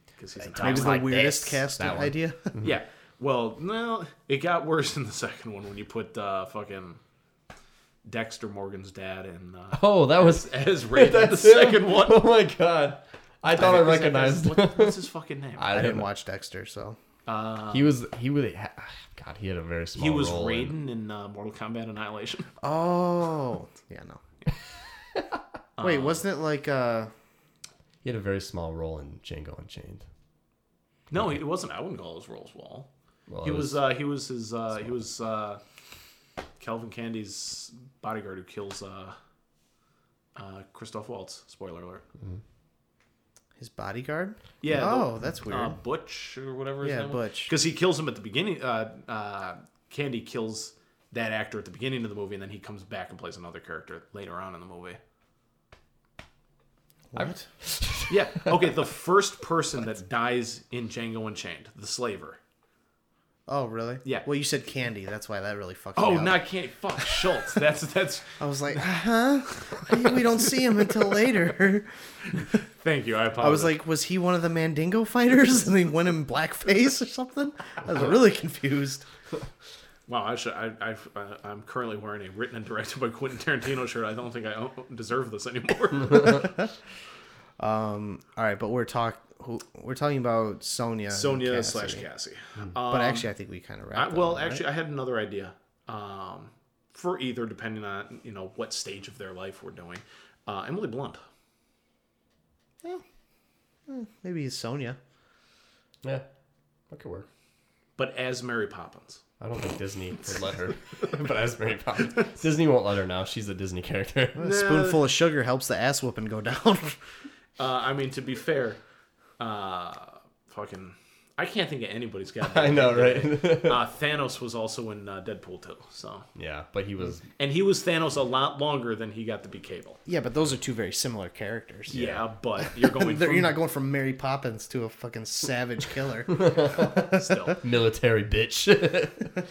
S10: because he's an
S11: maybe the
S10: icon.
S11: weirdest cast
S12: that one.
S11: idea.
S10: Yeah. Well, no, it got worse in the second one when you put uh, fucking Dexter Morgan's dad and uh,
S12: Oh, that was
S10: as Raiden in the
S12: That's him?
S10: second one.
S12: Oh my god, I thought
S10: think
S12: I
S10: it's like
S12: recognized.
S10: his- what- what's his fucking name?
S11: I
S12: don't
S11: didn't
S12: know.
S11: watch Dexter, so
S10: Uh,
S12: He was he was God. He had a very small.
S10: he was
S12: role in-
S10: Raiden in, uh, Mortal Kombat Annihilation.
S11: oh yeah, no. Wait,
S10: Um,
S11: wasn't it like uh?
S12: He had a very small role in Django Unchained.
S10: No, he wasn't. I wouldn't call his Rolls Wall.
S12: Well,
S10: he
S12: it
S10: was. Uh, he was his. Uh, he was uh, Calvin Candy's bodyguard who kills uh, uh, Christoph Waltz. Spoiler alert.
S11: His bodyguard?
S10: Yeah.
S11: Oh,
S10: the-
S11: that's
S10: Uh,
S11: weird.
S10: Butch or whatever.
S11: Yeah,
S10: his name
S11: Butch.
S10: Because he kills him at the beginning. Uh, uh, Candy kills that actor at the beginning of the movie, and then he comes back and plays another character later on in the movie.
S11: What?
S10: Yeah. Okay. the first person that dies in Django Unchained, the slaver.
S11: Oh, really?
S10: Yeah.
S11: Well, you said candy. That's why that really fucked
S10: Oh,
S11: me up.
S10: not Candy. Fuck Schultz. That's that's.
S11: I was like, uh huh. we don't see him until later.
S10: Thank you. I apologize.
S11: I was like, was he one of the Mandingo fighters and they went in blackface or something? I was really confused.
S10: Wow, I should, I, I, uh, I'm currently wearing a written and directed by Quentin Tarantino shirt. I don't think I own- deserve this anymore.
S11: Um, all right, but we're talk who- we're talking about Sonya. Sonya
S10: Sonia slash Cassie. Um,
S11: Hmm. But actually, I think we kind of
S10: I,
S11: wrapped.
S10: well, actually, I had another idea um, for either, depending on you know what stage of their life we're doing. Uh, Emily Blunt.
S11: maybe it's Sonya.
S12: Yeah, that could work.
S10: but as Mary Poppins.
S12: I don't think Disney would let her. but as Mary Poppins, Disney won't let her now. She's a Disney character.
S11: A spoonful of sugar helps the ass whooping go down.
S10: Uh, I mean, to be fair, uh, fucking, I can't think of anybody's got.
S12: I know, right?
S10: uh, Thanos was also in uh, Deadpool too, so
S12: yeah, but he was.
S10: and he was Thanos a lot longer than he got to be Cable.
S11: yeah, but those are two very similar characters.
S10: Yeah, but you're going.
S11: They're-
S10: from,
S11: You're not going from Mary Poppins to a fucking savage killer.
S10: still.
S12: Military bitch.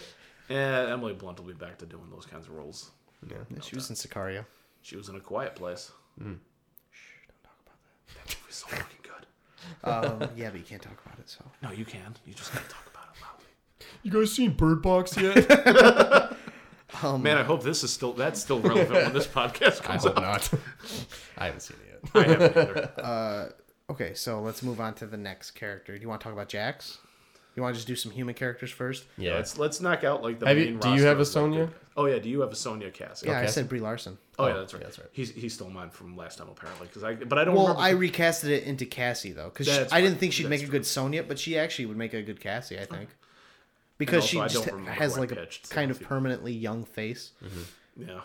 S10: Yeah, Eh, Emily Blunt will be back to doing those kinds of roles.
S11: she was in Sicario.
S10: She was in a quiet place.
S11: Um, yeah, but you can't talk about it. So
S5: no, you can. You just can't talk about it loudly.
S12: You guys seen Bird Box yet?
S11: Um,
S10: Man, I hope this is still that's still relevant when this podcast
S12: I
S10: comes
S12: hope
S10: out.
S12: not. I haven't seen it yet.
S10: I haven't either.
S11: uh, okay, so let's move on to the next character. Do you want to talk about Jax? You want to just do some human characters first?
S12: Yeah.
S10: Let's let's knock out like the
S12: Have you-
S10: main.
S12: do you
S10: roster
S12: have a
S10: of, like,
S12: Sonya?
S10: the- oh yeah, do you have a Sonya Cassidy?
S11: Yeah, I
S12: Okay.
S11: said Brie Larson.
S10: Oh yeah, that's right.
S12: that's right.
S10: He's he stole mine from last time apparently because I but I don't.
S11: Well,
S10: remember
S11: I recasted it into Cassie though, because
S10: That's
S11: I didn't
S10: right.
S11: think she'd
S10: That's
S11: make a good Sonya, but she actually would make a good Cassie, I think, because she
S10: also, I
S11: just
S10: don't remember
S11: has
S10: who I
S11: like a
S10: pitched, so
S11: kind
S10: it's
S11: of permanently young face.
S10: yeah.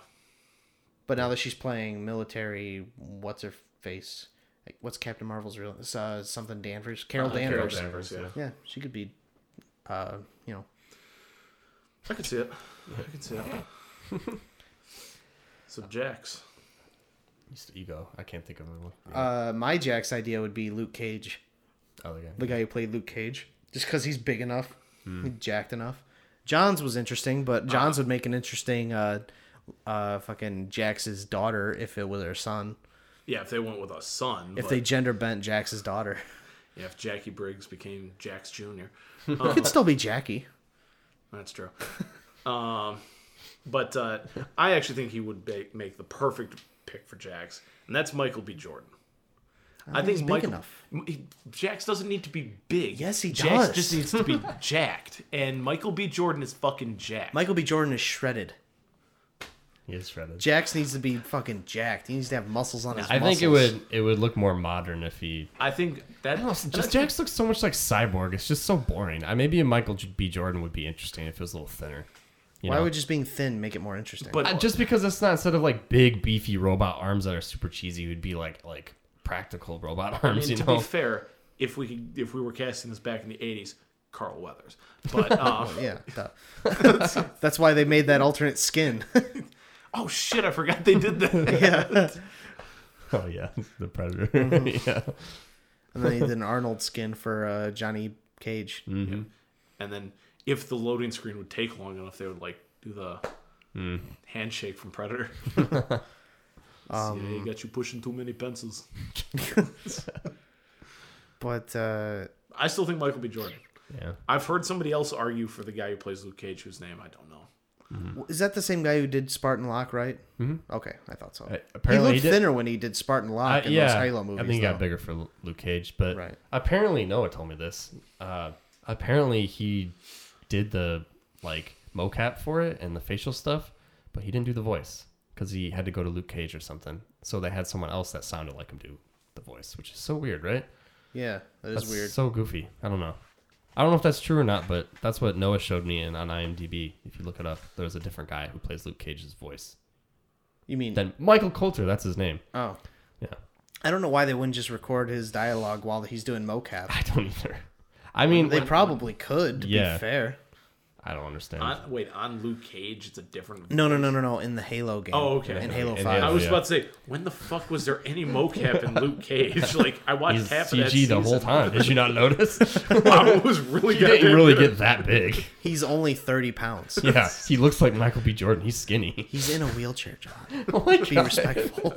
S11: But now that she's playing military, what's her face? Like, what's Captain Marvel's real? It's, uh, something Danvers, Carol
S10: Uh, Carol
S11: Danvers.
S10: Danvers, yeah.
S11: Yeah, she could be, uh, you know,
S10: I can see it. I can see it. so Jax.
S12: Used to ego. I can't think of another one.
S11: uh, my Jack's idea would be Luke Cage,
S12: Other guy.
S11: the guy who played Luke Cage, just because he's big enough, jacked enough. John's was interesting, but John's would make an interesting, uh, uh, fucking Jax's daughter if it was her son.
S10: Yeah, if they went with a son,
S11: If
S10: but-
S11: they gender bent Jax's daughter,
S10: yeah, if Jackie Briggs became Jax Jr.
S11: it could still be Jackie.
S10: That's true. um, but uh, I actually think he would ba- make the perfect pick for Jax, and that's Michael B. Jordan. I,
S11: think he's big enough.
S10: M- He, Jax doesn't need to be big.
S11: Yes, he
S10: Jax
S11: does.
S10: just needs to be jacked, and Michael B. Jordan is fucking jacked.
S11: Michael B. Jordan is shredded.
S12: He is shredded.
S11: Jax needs to be fucking jacked. He needs to have muscles on his.
S12: I think it
S11: muscles.
S12: would it would look more modern if he.
S10: I think that
S12: Just
S10: that's-
S12: Jax looks so much like Cyborg. It's just so boring. I maybe a Michael J- B. Jordan would be interesting if it was a little thinner. You
S11: Why
S12: know?
S11: would just being thin make it more interesting?
S10: But
S12: Uh, just because it's not instead of like big beefy robot arms that are super cheesy, it would be like like practical robot
S10: I
S12: arms.
S10: mean, to
S12: you know,
S10: be fair, if we could, if we were casting this back in the '80s, Carl Weathers, but um,
S11: yeah, duh. that's why they made that alternate skin.
S10: oh shit, I forgot they did that.
S12: oh yeah, the predator.
S11: Mm-hmm.
S12: yeah,
S11: And then they did an Arnold skin for uh, Johnny Cage.
S12: Mm.
S10: and then if the loading screen would take long enough, they would like do the
S12: Hmm.
S10: handshake from Predator.
S11: Um,
S10: yeah, you got you pushing too many pencils.
S11: But uh,
S10: I still think Michael B. Jordan.
S12: yeah.
S10: I've heard somebody else argue for the guy who plays Luke Cage, whose name I don't know.
S11: w- is that the same guy who did Spartan Lock? Right? Mm-hmm. Okay, I thought so.
S12: apparently
S11: he
S12: he
S11: looked
S12: did-
S11: thinner when he did Spartan
S12: Uh,
S11: Lock in those Halo movies.
S12: I think he got
S11: though.
S12: bigger for Lu- Luke Cage, but
S11: Right.
S12: apparently Noah told me this. Uh, apparently he did the like mocap for it and the facial stuff, but he didn't do the voice because he had to go to Luke Cage or something. So they had someone else that sounded like him do the voice, which is so weird, right?
S11: Yeah, that is
S12: That's
S11: weird.
S12: So goofy. I don't know. I don't know if that's true or not, but that's what Noah showed me in on IMDb. If you look it up, there's a different guy who plays Luke Cage's voice.
S11: You mean?
S12: Then Michael Coulter, that's his name.
S11: oh,
S12: Yeah.
S11: I don't know why they wouldn't just record his dialogue while he's doing mocap.
S12: I don't either. I mean,
S11: They probably could. To
S12: Yeah.
S11: be fair.
S12: I don't understand.
S10: On, wait, on Luke Cage, it's a different.
S11: No, no, no, no, no. In the Halo game.
S10: Oh, okay.
S11: In Halo
S12: In
S11: Five.
S10: I
S12: Halo.
S10: was
S12: Yeah.
S10: about to say, when the fuck was there any mocap in Luke Cage? Like, I watched
S12: He's
S10: half of that
S12: CG the whole
S10: season.
S12: time. Did you not notice?
S10: Wow, it was really
S12: he
S10: good.
S12: didn't really get that big.
S11: He's only thirty pounds.
S12: Yeah, he looks like Michael B. Jordan. He's skinny.
S11: He's in a wheelchair, John.
S12: Oh my
S11: Be respectful.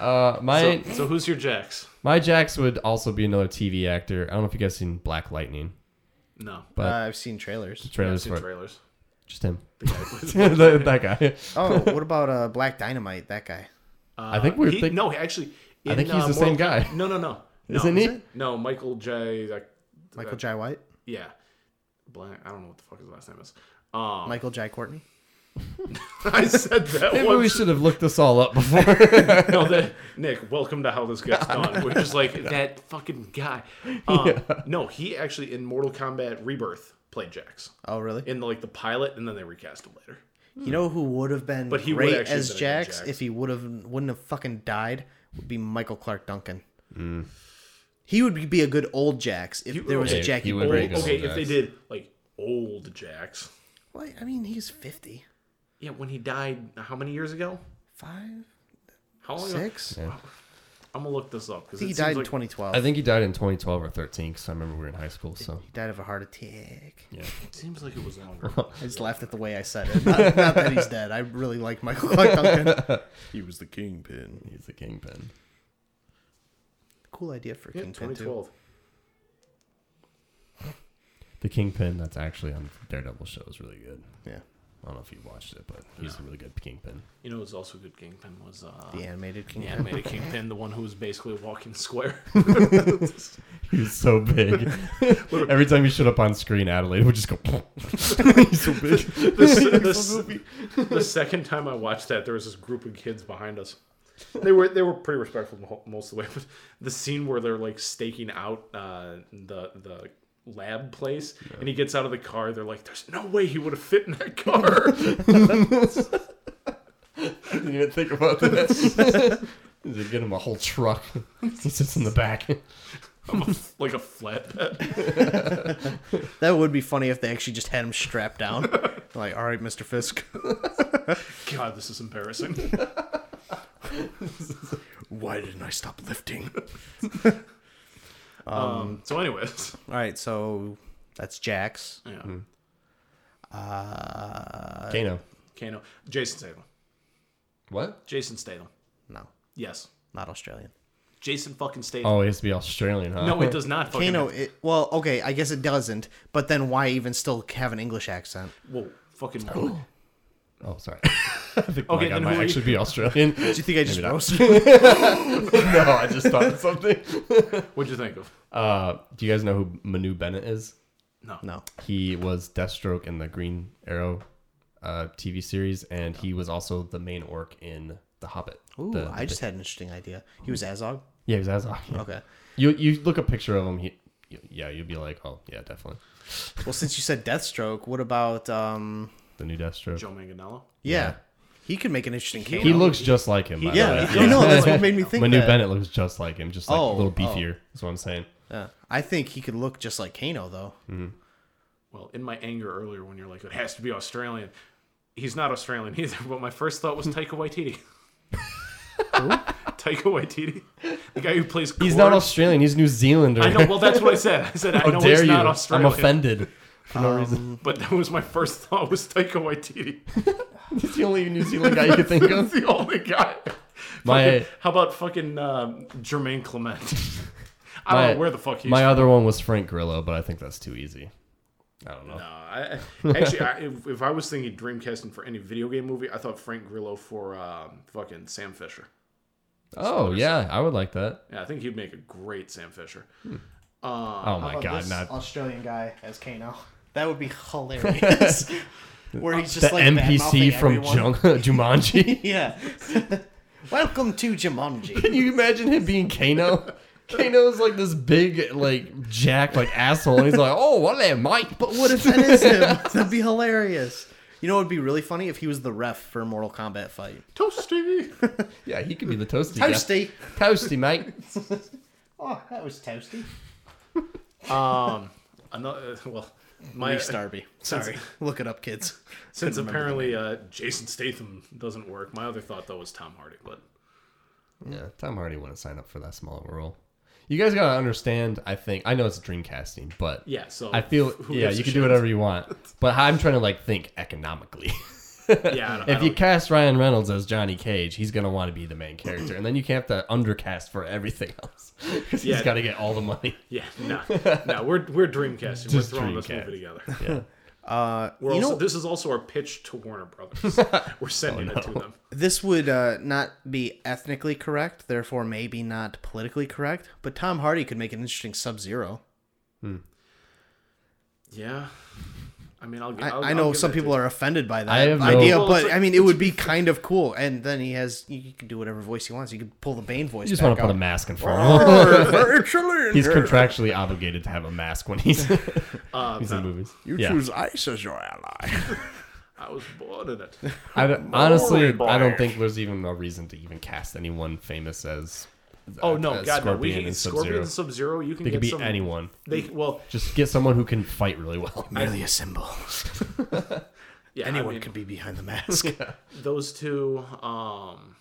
S12: Uh, my
S10: So, so who's your Jax?
S12: my Jax would also be another TV actor. I don't know if you guys seen Black Lightning
S10: No,
S11: uh,
S12: But-
S11: I've seen trailers.
S12: trailers
S10: two
S12: for it.
S10: trailers.
S12: just him. that, that guy.
S11: Oh, what about uh, Black Dynamite? That guy.
S12: I think we were
S10: Uh, He-
S12: thinking.
S10: no, actually, in, uh,
S12: think he's the same guy.
S10: No, no, no, no
S12: Isn't he?
S10: No, Michael J. Like,
S11: Michael
S10: Uh,
S11: Jai White.
S10: yeah, Black. I don't know what the fuck his last name is. Um,
S11: Michael Jai Courtney.
S10: I said that
S12: Maybe we
S10: once.
S12: should have looked this all up before.
S10: no, that, Nick, welcome to how this gets done. We're just like that fucking guy. Um, No, he actually in Mortal Kombat Rebirth played Jax
S11: Oh, really?
S10: in like the pilot, and then they recast him later.
S11: You know who would have been
S10: But he would
S11: great
S10: actually
S11: as
S10: have been a good
S11: Jax
S10: Jax.
S11: if he would have wouldn't have fucking died would be Michael Clark Duncan. Mm. He would be- be a good old Jax if
S10: You-
S11: there was
S10: Yeah,
S11: a
S10: he
S11: Jackie.
S12: would
S11: Boy.
S12: very good.
S10: okay,
S12: old
S10: if they
S12: Jax.
S10: did like old Jax.
S11: Well, I mean, he's fifty
S10: Yeah, when he died, how many years ago?
S11: five,
S10: How long? ago?
S11: six. I
S10: I'm gonna look this up because
S11: think he died in twenty twelve.
S12: I think he died in 2012 or 13 because I remember we were in high school. So
S11: he died of a heart attack.
S12: yeah,
S10: Seems like it was longer.
S11: I just laughed at the way I said it. Not, not that he's dead. I really like Michael Clark Duncan.
S12: he was the kingpin. He's the kingpin.
S11: cool idea for
S10: Yeah,
S11: Kingpin too.
S10: 2012.
S12: The Kingpin that's actually on Daredevil show is really good.
S11: Yeah.
S12: I don't know if you watched it, but he's a really good Kingpin.
S10: You know, who was also a good Kingpin was uh,
S11: The animated
S10: the
S11: Kingpin.
S10: animated Kingpin, the one who was basically a walking square.
S12: He was so big. Every time he showed up on screen, Adelaide would just go. he's so big.
S10: the, s- the s- the second time I watched that, there was this group of kids behind us. They were they were pretty respectful mo- most of the way, but the scene where they're like staking out uh, the the lab place, and he gets out of the car. They're like, "There's no way he would have fit in that car."
S12: Didn't even think about that. they get him a whole truck. he sits in the back.
S11: Uh,
S10: I'm a, like a flatbed.
S11: That would be funny if they actually just had him strapped down. like, all right, Mr. Fisk,
S10: God, this is embarrassing.
S11: why didn't I stop lifting?
S10: Um, so, anyways,
S11: all right, so that's Jax.
S10: yeah,
S11: Uh,
S12: Kano.
S10: Kano, Jason Statham,
S12: What?
S10: Jason Statham,
S11: no,
S10: yes,
S11: not Australian.
S10: Jason fucking Statham.
S12: Oh, he has to be Australian, huh?
S10: No, it does not. Fucking
S11: Kano, it, well, okay, I guess it doesn't. But then why even still have an English accent?
S10: Whoa, fucking. Mark.
S12: Oh, sorry. I think
S10: Okay,
S12: okay, I
S10: then who
S12: might
S10: are you-
S12: actually be Australian.
S11: Do you think I just
S12: Maybe not.
S11: roasted?
S12: no, I just thought of something.
S10: What'd you think of?
S12: Uh, do you guys know who Manu Bennett is?
S11: No.
S12: He was Deathstroke in the Green Arrow uh, TV series, and he was also the main orc in The Hobbit.
S11: Ooh,
S12: The- Mm-hmm.
S11: I just had an interesting idea. He was Azog.
S12: yeah, he was Azog.
S11: Okay.
S12: You you look a picture of him. He, you- yeah, you'd be like, oh yeah, definitely
S11: Well, since you said Deathstroke, what about um?
S12: the new Deathstroke.
S10: Joe Manganiello.
S11: Yeah,
S12: Yeah.
S11: he could make an interesting Kano.
S12: He looks just like him. by the
S11: yeah,
S12: way.
S11: I know that's what made me think.
S12: Manu
S11: that.
S12: Bennett looks just like him, just like
S11: Oh,
S12: a little
S11: oh.
S12: beefier. That's what I'm saying.
S11: Yeah. I think he could look just like Kano though.
S10: well, in my anger earlier when you're like, it has to be Australian. He's not Australian either, but my first thought was Taika Waititi. Taika Waititi? The guy who plays
S12: He's
S10: Korg?
S12: not Australian. He's New Zealander.
S10: I know, well, that's what I said. I said, I
S12: How
S10: know
S12: dare
S10: he's
S12: you?
S10: not
S12: I'm
S10: Australian.
S12: offended. For no reason.
S10: But that was my first thought was Taika Waititi.
S12: He's the only New Zealand guy you could think
S10: That's
S12: of.
S10: the only guy.
S12: My-
S10: Fucking- how about fucking um, Jermaine Clement? I don't
S12: My-
S10: know where the fuck he's
S12: My other one was Frank Grillo, but I think that's too easy. I don't know.
S10: No, I, I- actually, I, if, if I was thinking Dreamcasting for any video game movie, I thought Frank Grillo for um, fucking Sam Fisher.
S12: oh yeah, I would like that.
S10: Yeah, I think he'd make a great Sam Fisher.
S12: Hmm.
S10: Uh,
S12: Oh my god, not
S11: Australian guy as Kano. That would be hilarious. Where he's just
S12: the
S11: like
S12: NPC
S11: bad-mouthing
S12: from
S11: everyone.
S12: Jung- Jumanji.
S11: Yeah. Welcome to Jumanji.
S12: Can you imagine him being Kano? Kano's like this big, like jack, like asshole, and he's like, "Oh, what there, Mike?" But
S11: What if that is him? That'd be hilarious. You know, it would be really funny if he was the ref for a Mortal Kombat fight.
S10: Toasty.
S12: yeah, he could be the toasty. guy.
S11: Toasty.
S12: toasty, mate.
S11: Oh, that was toasty.
S10: um, another well, my
S11: Reese Darby.
S10: Sorry.
S11: Look it up, kids.
S10: Since apparently uh, Jason Statham doesn't work, my other thought though was Tom Hardy. But
S12: Yeah, Tom Hardy wouldn't sign up for that small role. You guys gotta understand. I think I know it's Dreamcasting, but
S10: yeah, so
S12: I feel
S10: who
S12: yeah,
S10: gives
S12: you
S10: a
S12: can
S10: shit?
S12: do whatever you want, but I'm trying to like think economically.
S10: Yeah, I don't,
S12: if
S10: I
S12: you
S10: don't,
S12: cast Ryan Reynolds as Johnny Cage, he's gonna want to be the main character, and then you can have to undercast for everything else. 'Cause
S10: Yeah.
S12: He's got to get all the money.
S10: yeah, no, no, we're we're Dreamcasting.
S12: Just
S10: we're throwing
S12: Dreamcast.
S10: this movie together.
S11: Uh,
S10: We're
S11: you
S10: also,
S11: know,
S10: this is also our pitch to Warner Brothers. we're
S12: Oh,
S10: sending it to them.
S11: this would uh, not be ethnically correct, therefore maybe not politically correct, but Tom Hardy could make an interesting Sub-Zero.
S10: Yeah, I mean, I'll.
S11: I,
S10: I'll
S11: I
S10: I'll
S11: know
S10: give
S11: some
S10: that to
S11: people are offended by that
S12: I have no-
S11: idea,
S10: Well,
S11: but
S10: it's-
S11: I mean, it would be kind of cool. And then he has, you you can do whatever voice he wants. You could pull the Bane voice.
S12: You just
S11: back
S12: want to put
S11: out.
S12: a mask in front of him.
S11: Excellent.
S12: he's contractually obligated to have a mask when he's he's
S11: Uh,
S12: in movies. yeah.
S11: ice as your ally.
S10: I was born in it.
S12: I don't- honestly, I don't think there's even a reason to even cast anyone famous as.
S10: Oh no,
S12: uh,
S10: God, no. We
S12: Scorpion
S10: can
S12: and
S10: Scorpion
S12: Sub-Zero.
S10: and Sub Zero. You can
S12: They
S10: get
S12: could be
S10: some,
S12: anyone.
S10: They well,
S12: Just get someone who can fight really well.
S11: Merely a symbol.
S10: yeah, I
S11: Anyone
S10: mean,
S11: could be behind the mask.
S10: those two. Um,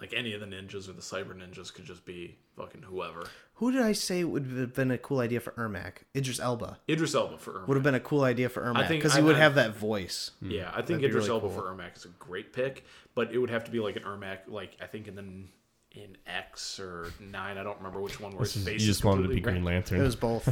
S10: like any of the ninjas or the cyber ninjas could just be fucking whoever.
S11: Who did I say would have been a cool idea for Ermac? Idris Elba
S10: Idris Elba for Ermac.
S11: would have been a cool idea for Ermac
S10: think-
S11: because he
S10: I-
S11: would
S10: I-
S11: have that voice.
S12: Hmm.
S10: yeah, I think
S11: be
S10: Idris
S11: really
S10: Elba
S11: cool.
S10: for Ermac is a great pick, but it would have to be like an Ermac, like I think in the in X or nine. I don't remember which one. Where
S12: This
S10: his
S12: is-
S10: face
S12: you
S10: is
S12: just wanted to be
S10: completely
S12: Green
S10: red.
S12: Lantern.
S11: It was both.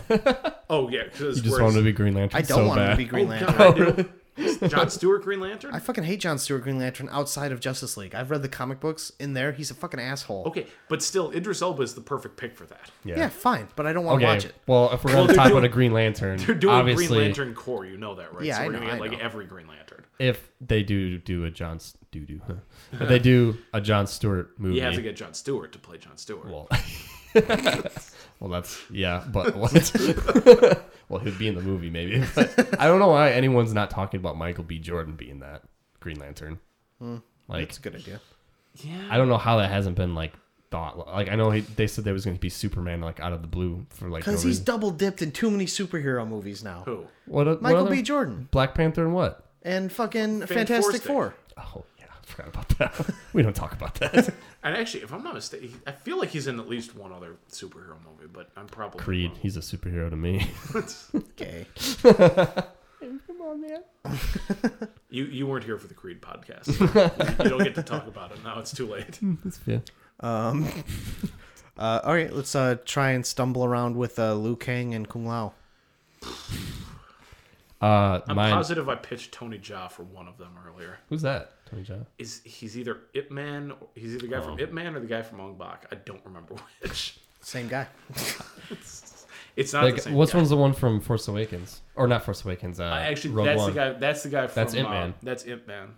S10: Oh yeah, because
S12: You just wanted to be Green Lantern
S11: I don't
S12: so
S11: want him to
S12: bad.
S11: be Green
S10: Oh,
S11: Lantern.
S10: God, I do. John Stewart Green Lantern.
S11: I fucking hate John Stewart Green Lantern outside of Justice League. I've read the comic books. In there, he's a fucking asshole.
S10: Okay, but still, Idris Elba is the perfect pick for that.
S11: Yeah, fine, but I don't want to
S12: okay.
S11: watch it.
S12: Well, if we're
S10: Well,
S12: going to
S10: they're
S12: talk
S10: doing-
S12: about a Green Lantern,
S10: They're doing
S12: obviously,
S10: Green Lantern core, you know that, right?
S11: Yeah,
S10: so
S11: I
S10: we're
S11: know,
S10: gonna get
S11: I
S10: like
S11: know.
S10: every Green Lantern.
S12: if they do do a John S- do do, huh? if they do a John Stewart movie,
S10: You have to get John Stewart to play John Stewart.
S12: well, well, that's yeah, but what? well, he'd be in the movie maybe. But I don't know why anyone's not talking about Michael B. Jordan being that Green Lantern.
S11: Hmm.
S12: Like,
S11: That's a good idea.
S10: yeah,
S12: I don't know how that hasn't been like thought. Like, I know he, they said there was going to be Superman like out of the blue for like no
S11: Because he's
S12: reason.
S11: double dipped in too many superhero movies now.
S10: who?
S12: What, what
S11: Michael
S12: other-
S11: B. Jordan
S12: Black Panther and what?
S11: and fucking Fantastic Four.
S10: Four's
S12: Oh yeah, I forgot about that. we don't talk about that.
S10: And actually, if I'm not mistaken, I feel like he's in at least one other superhero movie, but I'm probably
S12: Creed, he's a superhero to me.
S10: wrong.
S11: Okay.
S10: you you weren't here for the Creed podcast. you don't get to talk about it now. It's too late.
S12: That's fair.
S11: Uh, all right, let's uh, try and stumble around with uh, Liu Kang and Kung Lao.
S12: Uh,
S10: I'm
S12: mine.
S10: positive I pitched Tony Jaa for one of them earlier.
S12: Who's that? Tony Jaa.
S10: Is he's either Ip Man, or- he's either the guy
S12: Oh.
S10: from Ip Man or the guy from Ong Bak. I don't remember which.
S11: Same guy.
S10: It's not the
S12: Like,
S10: same.
S12: which
S10: guy.
S12: one's the one from Force Awakens? Or not Force Awakens? Uh,
S10: Uh, Actually,
S12: Rogue
S10: that's
S12: One.
S10: the guy. That's the guy from.
S12: That's Ip
S10: uh,
S12: Man.
S10: that's Ip Man.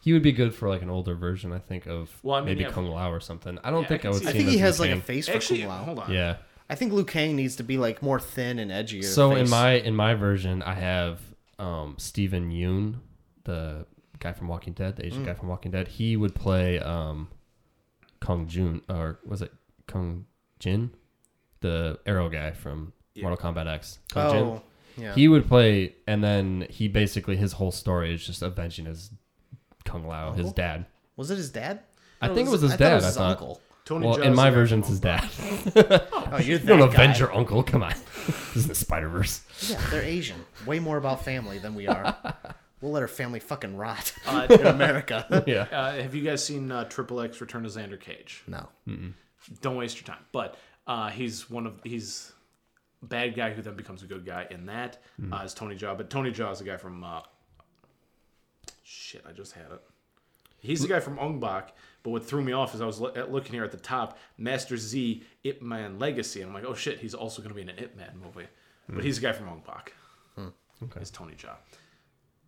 S12: He would be good for like an older version, I think, of
S10: Well, I mean,
S12: maybe
S10: yeah.
S12: Kung Lao or something. I don't
S10: Yeah, I
S12: think I,
S10: can
S12: would.
S10: see
S12: See
S11: I
S10: that.
S12: him
S11: think
S12: as
S11: he has
S12: Liu
S11: like a
S12: Kang.
S11: face for
S10: Actually,
S11: Kung Lao.
S10: hold on.
S12: Yeah.
S11: I think Liu Kang needs to be like more thin and edgier.
S12: So in
S11: face.
S12: my in my version, I have um, Stephen Yoon, the guy from Walking Dead, the
S11: Mm.
S12: Asian guy from Walking Dead. He would play um, Kung Jun, or was it Kung Jin, the arrow guy from Mortal Kombat X. Kung
S11: oh yeah,
S12: He would play, and then he basically his whole story is just avenging his Kung Lao, his dad.
S11: was it his dad?
S12: I think it was
S11: I
S12: his
S11: thought it
S12: dad.
S11: was
S12: I
S11: his
S12: thought.
S11: uncle.
S10: Tony
S12: Well,
S10: Jaa
S12: in
S10: is
S12: my
S10: the guy
S12: version,
S10: from
S12: it's his
S10: Ong Bak.
S12: dad.
S11: Oh, you're
S12: You don't
S11: that guy.
S12: avenge your uncle. Come on, this is the Spider Verse.
S11: Yeah, they're Asian. Way more about family than we are. we'll let our family fucking rot in America.
S12: Yeah.
S10: Uh, have you guys seen uh, Triple X Return of Xander Cage?
S11: no.
S10: Don't waste your time. But uh, he's one of he's bad guy who then becomes a good guy in that uh, is Tony Jaa. But Tony Jaa is the guy from uh, shit. I just had it. He's the guy from Ong Bak. But what threw me off is I was lo- at- looking here at the top, Master Z Ip Man Legacy, and I'm like, oh shit, he's also going to be in an Ip Man movie. But he's the guy from Ong Bak. Okay. It's Tony Jaa.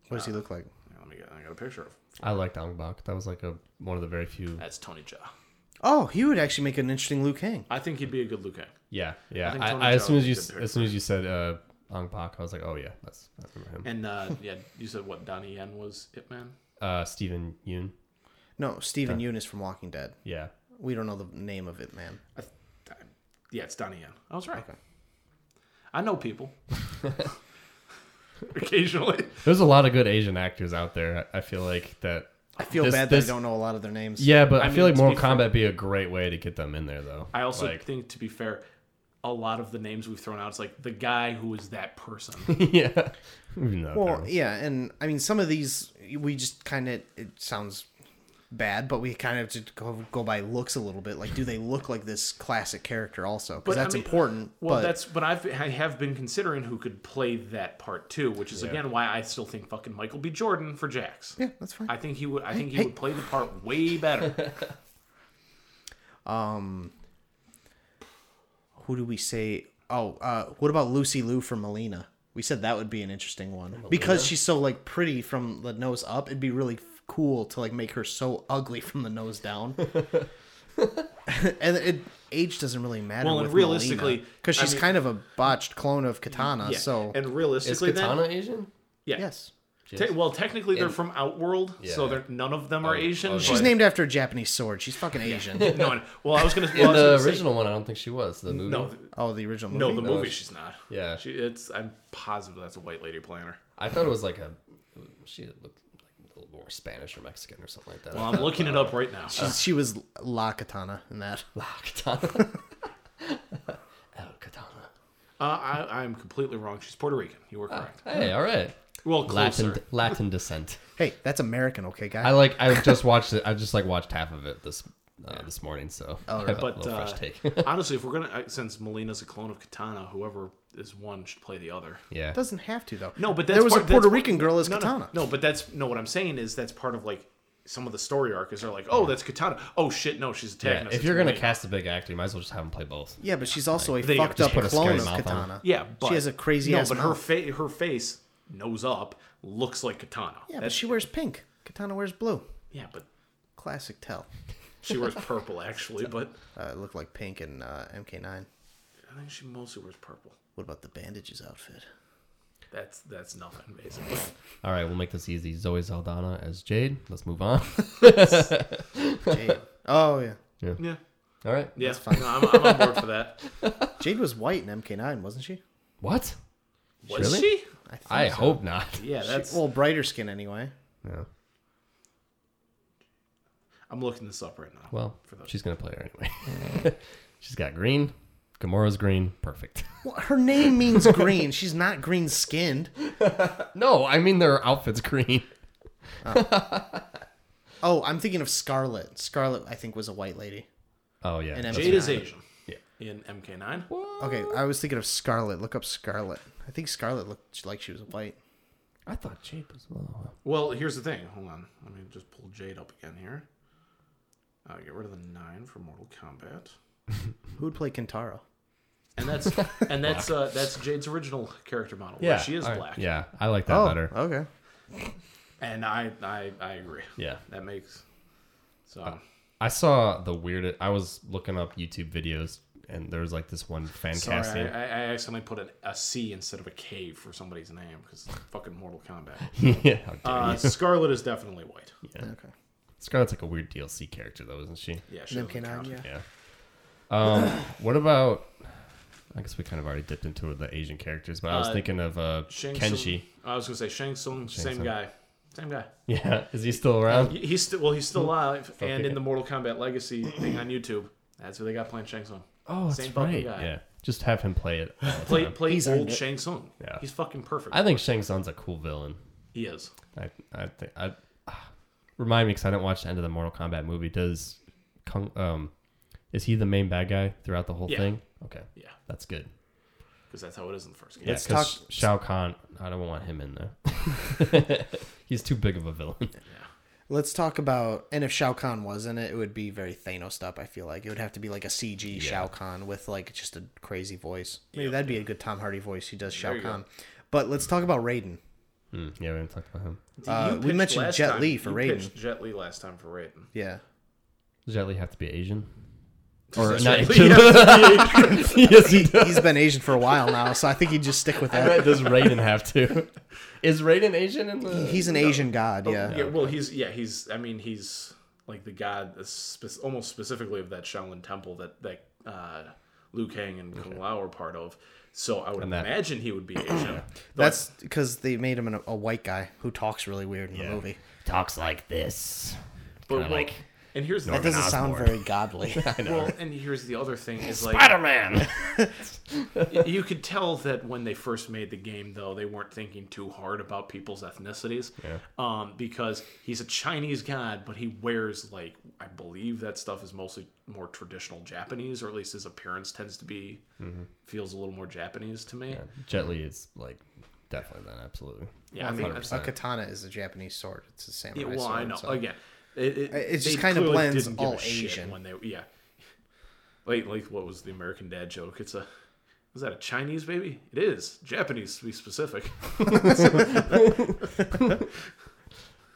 S11: What does he look like?
S10: Now, Let me get. I got a picture of.
S12: I liked Ong Bak. That was like a one of the very few.
S10: That's Tony Jaa.
S11: Oh, he would actually make an interesting Liu Kang.
S10: I think he'd be a good Liu Kang.
S12: Yeah, yeah.
S10: think
S12: I,
S10: Tony
S12: I, as
S10: Jaa
S12: soon as
S10: was
S12: you
S10: a good
S12: s-
S10: pick
S12: as soon as you said uh, Ong Bak, I was like, oh yeah, that's I remember him.
S10: And uh, yeah, you said what Donnie Yen was Ip Man.
S12: Uh, Stephen Yoon.
S11: No, Stephen Eunice from Walking Dead.
S12: Yeah.
S11: We don't know the name of it, man.
S10: I th- I- yeah, it's Donnie Yen. I was right. I know people. Occasionally,
S12: There's a lot of good Asian actors out there. I, I feel like that.
S11: I feel
S12: This-
S11: bad that
S12: this-
S11: I don't know a lot of their names.
S12: Yeah, but I,
S10: mean,
S12: feel like
S10: to be
S12: Mortal
S10: fair-
S12: Kombat would be a great way to get them in there, though.
S10: I also
S12: like,
S10: think, to be fair, a lot of the names we've thrown out, it's like the guy who was that person.
S12: yeah. No,
S11: Well, yeah, and I mean, some of these we just kind of it sounds bad, but we kind of just go, go by looks a little bit. Like, do they look like this classic character also? Because
S10: I
S11: that's
S10: mean,
S11: important.
S10: Well,
S11: but
S10: that's but I've I have been considering who could play that part too, which is again why I still think fucking Michael B. Jordan for Jax.
S11: yeah, that's fine.
S10: I think he would. I think he
S11: hey.
S10: would play the part way better.
S11: Who do we say? Oh, uh, what about Lucy Liu from Melina? We said that would be an interesting one because she's so like pretty from the nose up. It'd be really f- cool to like make her so ugly from the nose down. and it age doesn't really matter.
S10: Well,
S11: Well,
S10: and
S11: with
S10: realistically,
S11: because
S10: I
S11: she's
S10: mean-
S11: kind of a botched clone of Katana.
S10: Yeah.
S11: So
S10: and
S12: is
S10: realistically, then
S12: Katana Asian?
S10: yeah,
S11: yes,
S10: Te- well, technically, they're from Outworld, so
S12: Yeah.
S10: they're none of them are Asian.
S12: okay.
S10: but-
S11: Oh, she's named after a Japanese sword. She's fucking Asian.
S10: No, no. well, I was gonna.
S12: In
S10: Well, I was
S12: the
S10: gonna
S12: original one, I don't think she was the movie.
S10: Say, no,
S11: Oh, the original movie.
S10: no, the movie
S12: she-
S10: she's not.
S12: Yeah.
S10: she, it's. I'm positive that's a white lady planner.
S12: I thought it was like a. She looked like a little more Spanish or Mexican or something like that.
S10: Well, I'm looking it up right now.
S11: She's- she was La Katana in that.
S12: Katana. El Katana.
S10: Uh, I, I'm completely wrong. She's Puerto Rican. You were correct.
S12: Hey, all right.
S10: Well, closer.
S12: Oh. Latin Latin descent.
S11: Hey, that's American, okay, guy.
S12: I like. I just watched it. I just like watched half of it this uh, this morning, so
S10: Oh,
S12: I
S10: right.
S12: have a
S10: but
S12: little
S10: uh,
S12: fresh take.
S10: honestly, if we're gonna I- since Molina's a clone of Katana, whoever is one should play the other.
S12: Yeah.
S11: Doesn't have to though.
S10: No, but that's
S11: there was
S10: part-
S11: a
S10: that's
S11: Puerto
S10: part-
S11: Rican girl as
S10: no, no,
S11: Katana.
S10: No, but that's no. What I'm saying is that's part of like some of the story arc is they're like, oh, that's Katana. Oh shit, no, she's attacking
S12: Yeah,
S10: us.
S12: if
S10: It's
S12: you're gonna
S10: Molina.
S12: cast a big actor, you might as well just have him play both.
S11: Yeah, but she's also
S12: Like,
S11: a
S12: they
S11: fucked
S12: just
S11: up
S12: put a
S11: clone
S12: scary
S11: of
S12: mouth on her.
S11: Katana.
S10: Yeah, but
S11: she has a crazy
S10: no,
S11: ass.
S10: but her
S11: mouth.
S10: fa- her face nose up looks like Katana.
S11: Yeah, but
S10: That's-
S11: she wears pink. Katana wears blue.
S10: yeah, but
S11: Classic tell.
S10: she wears purple actually, but
S11: Uh, it looked like pink in uh, MK9.
S10: I think she mostly wears purple.
S11: What about the bandages outfit?
S10: That's that's nothing basically.
S12: All right, we'll make this easy. Zoe Saldana as Jade. Let's move on.
S11: Jade. Oh yeah,
S12: yeah.
S10: yeah,
S12: All right.
S10: yeah. No, I'm, I'm on board for that.
S11: Jade was white in MK9, wasn't she?
S12: What?
S10: Was
S12: Really?
S10: she?
S11: I, think
S12: I
S11: so.
S12: hope not.
S10: Yeah,
S11: She-
S10: that's.
S11: well, brighter skin anyway.
S12: Yeah.
S10: I'm looking this up right now.
S12: Well,
S10: For those-
S12: she's gonna play her anyway.
S10: Mm.
S12: She's got green. Gamora's green. Perfect.
S11: Well, her name means green. She's not green skinned.
S12: No, I mean their outfit's green.
S11: Oh, I'm thinking of Scarlet. Scarlet, I think, was a white lady.
S12: Oh yeah.
S11: And
S12: that's
S11: MK9.
S10: Jade is Asian.
S12: Yeah.
S10: In MK9.
S11: Okay, I was thinking of Scarlet. Look up Scarlet. I think Scarlet looked like she was white.
S12: I thought Jade was oh, well.
S10: Well, here's the thing. Hold on. Let me just pull Jade up again here. Uh, get rid of the nine for Mortal Kombat.
S11: Who'd play Kentaro?
S10: And that's and that's uh, that's Jade's original character model. where she is
S12: all right.
S10: black.
S12: Yeah, I like
S11: Oh,
S12: that better.
S11: okay.
S10: And I, I I agree.
S12: Yeah. Oh,
S10: That makes so
S12: I saw the weirdest. I was looking up YouTube videos, and there was like this one fan
S10: sorry. I,
S12: casting.
S10: I I accidentally put an, a C instead of a K for somebody's name because fucking Mortal Kombat.
S12: yeah, how dare
S10: Uh,
S12: you.
S10: Scarlet is definitely white.
S11: Okay.
S12: Scarlett's like a weird DLC character, though, isn't she?
S10: Yeah. She doesn't
S11: MK9,
S10: count.
S11: yeah.
S12: Yeah. Um, what about? I guess we kind of already dipped into the Asian characters, but I was
S10: Uh,
S12: thinking of uh,
S10: Shang
S12: Kenshi.
S10: Tsung- I was gonna say Shang Tsung, same
S12: Tsung. Uh,
S10: guy, same guy.
S12: Yeah, is he still around?
S10: He- He's still well, he's
S12: Hmm.
S10: still alive, and
S12: Okay.
S10: in the Mortal Kombat Legacy thing on YouTube, that's who they got playing Shang Tsung.
S12: oh, that's
S10: same fucking
S12: right.
S10: guy.
S12: Yeah, just have him play it. all the
S10: Play
S12: time.
S10: play
S11: He's
S10: old
S11: earned it.
S10: Shang Tsung.
S12: Yeah.
S10: he's fucking perfect.
S12: I think Shang Tsung's a cool villain.
S10: he is.
S12: I, I think I remind me because I didn't watch the end of the Mortal Kombat movie. Does Kung, um, is he the main bad guy throughout the whole
S10: Yeah.
S12: thing? Okay,
S10: Yeah,
S12: that's good.
S10: because that's how it is in the first game.
S12: Yeah,
S11: Let's
S12: 'cause
S11: talk-
S12: Shao Kahn. I don't want him in there. He's too big of a villain.
S11: Let's talk about and if Shao Kahn wasn't it, it would be very Thanos up. I feel like it would have to be like a CG Shao Kahn with like just a crazy voice. Maybe that'd be a good Tom Hardy voice. He does Shao
S10: you go.
S11: Kahn. But let's talk about Raiden.
S12: Hmm, yeah, we haven't talked about him.
S10: You
S11: Uh, we
S10: pitched
S11: mentioned
S10: last
S11: Jet
S10: time-
S11: Li for
S10: you
S11: Raiden.
S10: pitched Jet Li last time for Raiden.
S11: Yeah,
S12: Does Jet Li have to be Asian? Or not
S10: right.
S12: Asian? yes, he does.
S11: he's been Asian for a while now, so I think he'd just stick with
S12: I
S11: that.
S12: bet does Raiden have to? Is Raiden Asian in the?
S11: He's an Asian god. Yeah.
S10: Oh, Yeah, well, he's yeah, he's. I mean, he's like the god, that's spe- almost specifically of that Shaolin Temple that that uh, Liu Kang and Kung Lao are part of. So I would
S12: And that-
S10: imagine he would be Asian.
S11: That's because they made him an, a white guy who talks really weird in the movie.
S12: talks like this.
S10: but
S12: Kinda
S10: well,
S12: like
S10: and here's the
S11: That doesn't sound very godly.
S10: well, and here's the other thing is like
S12: Spider Man.
S10: you could tell that when they first made the game though they weren't thinking too hard about people's ethnicities um, because he's a chinese god but he wears like i believe that stuff is mostly more traditional japanese or at least his appearance tends to be feels a little more japanese to me yeah,
S12: Jet Li is like definitely then absolutely.
S10: i think that's,
S12: 100%.
S11: a katana is a Japanese sword. It's a samurai
S10: yeah well
S11: sword.
S10: i know
S11: so-
S10: again it, it,
S11: It just
S10: they
S11: kinda
S10: clearly
S11: blends
S10: didn't give a
S11: all
S10: shit
S11: Asian.
S10: when they yeah like like what was the american dad joke it's a is that a Chinese baby? It is Japanese to be specific.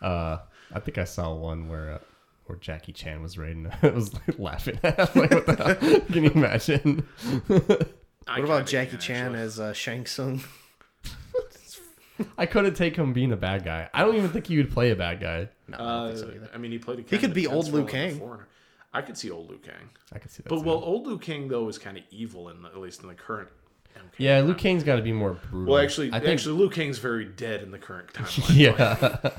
S12: Uh, I think I saw one where uh, where Jackie Chan was raiding. I was like, laughing. at him. like, what the hell? Can you imagine?
S11: What about Jackie Chan as uh, Shang Tsung?
S12: I couldn't take him being a bad guy. I don't even think he would play a bad guy.
S11: No, I
S10: Uh,
S11: don't think so
S10: I,
S11: either.
S10: mean, he played. A
S11: could
S10: kinda
S11: be old
S10: tense
S11: Liu
S10: role as a
S11: Kang.
S10: foreigner. I could see old Liu Kang,
S12: I could see that.
S10: but
S12: too.
S10: well, old Liu Kang though is kind of evil in the, at least in the current. MK
S12: yeah, Liu
S10: timeline.
S12: Kang's got to be more brutal.
S10: Well, actually,
S12: I think,
S10: actually, Liu Kang's very dead in the current timeline.
S12: yeah,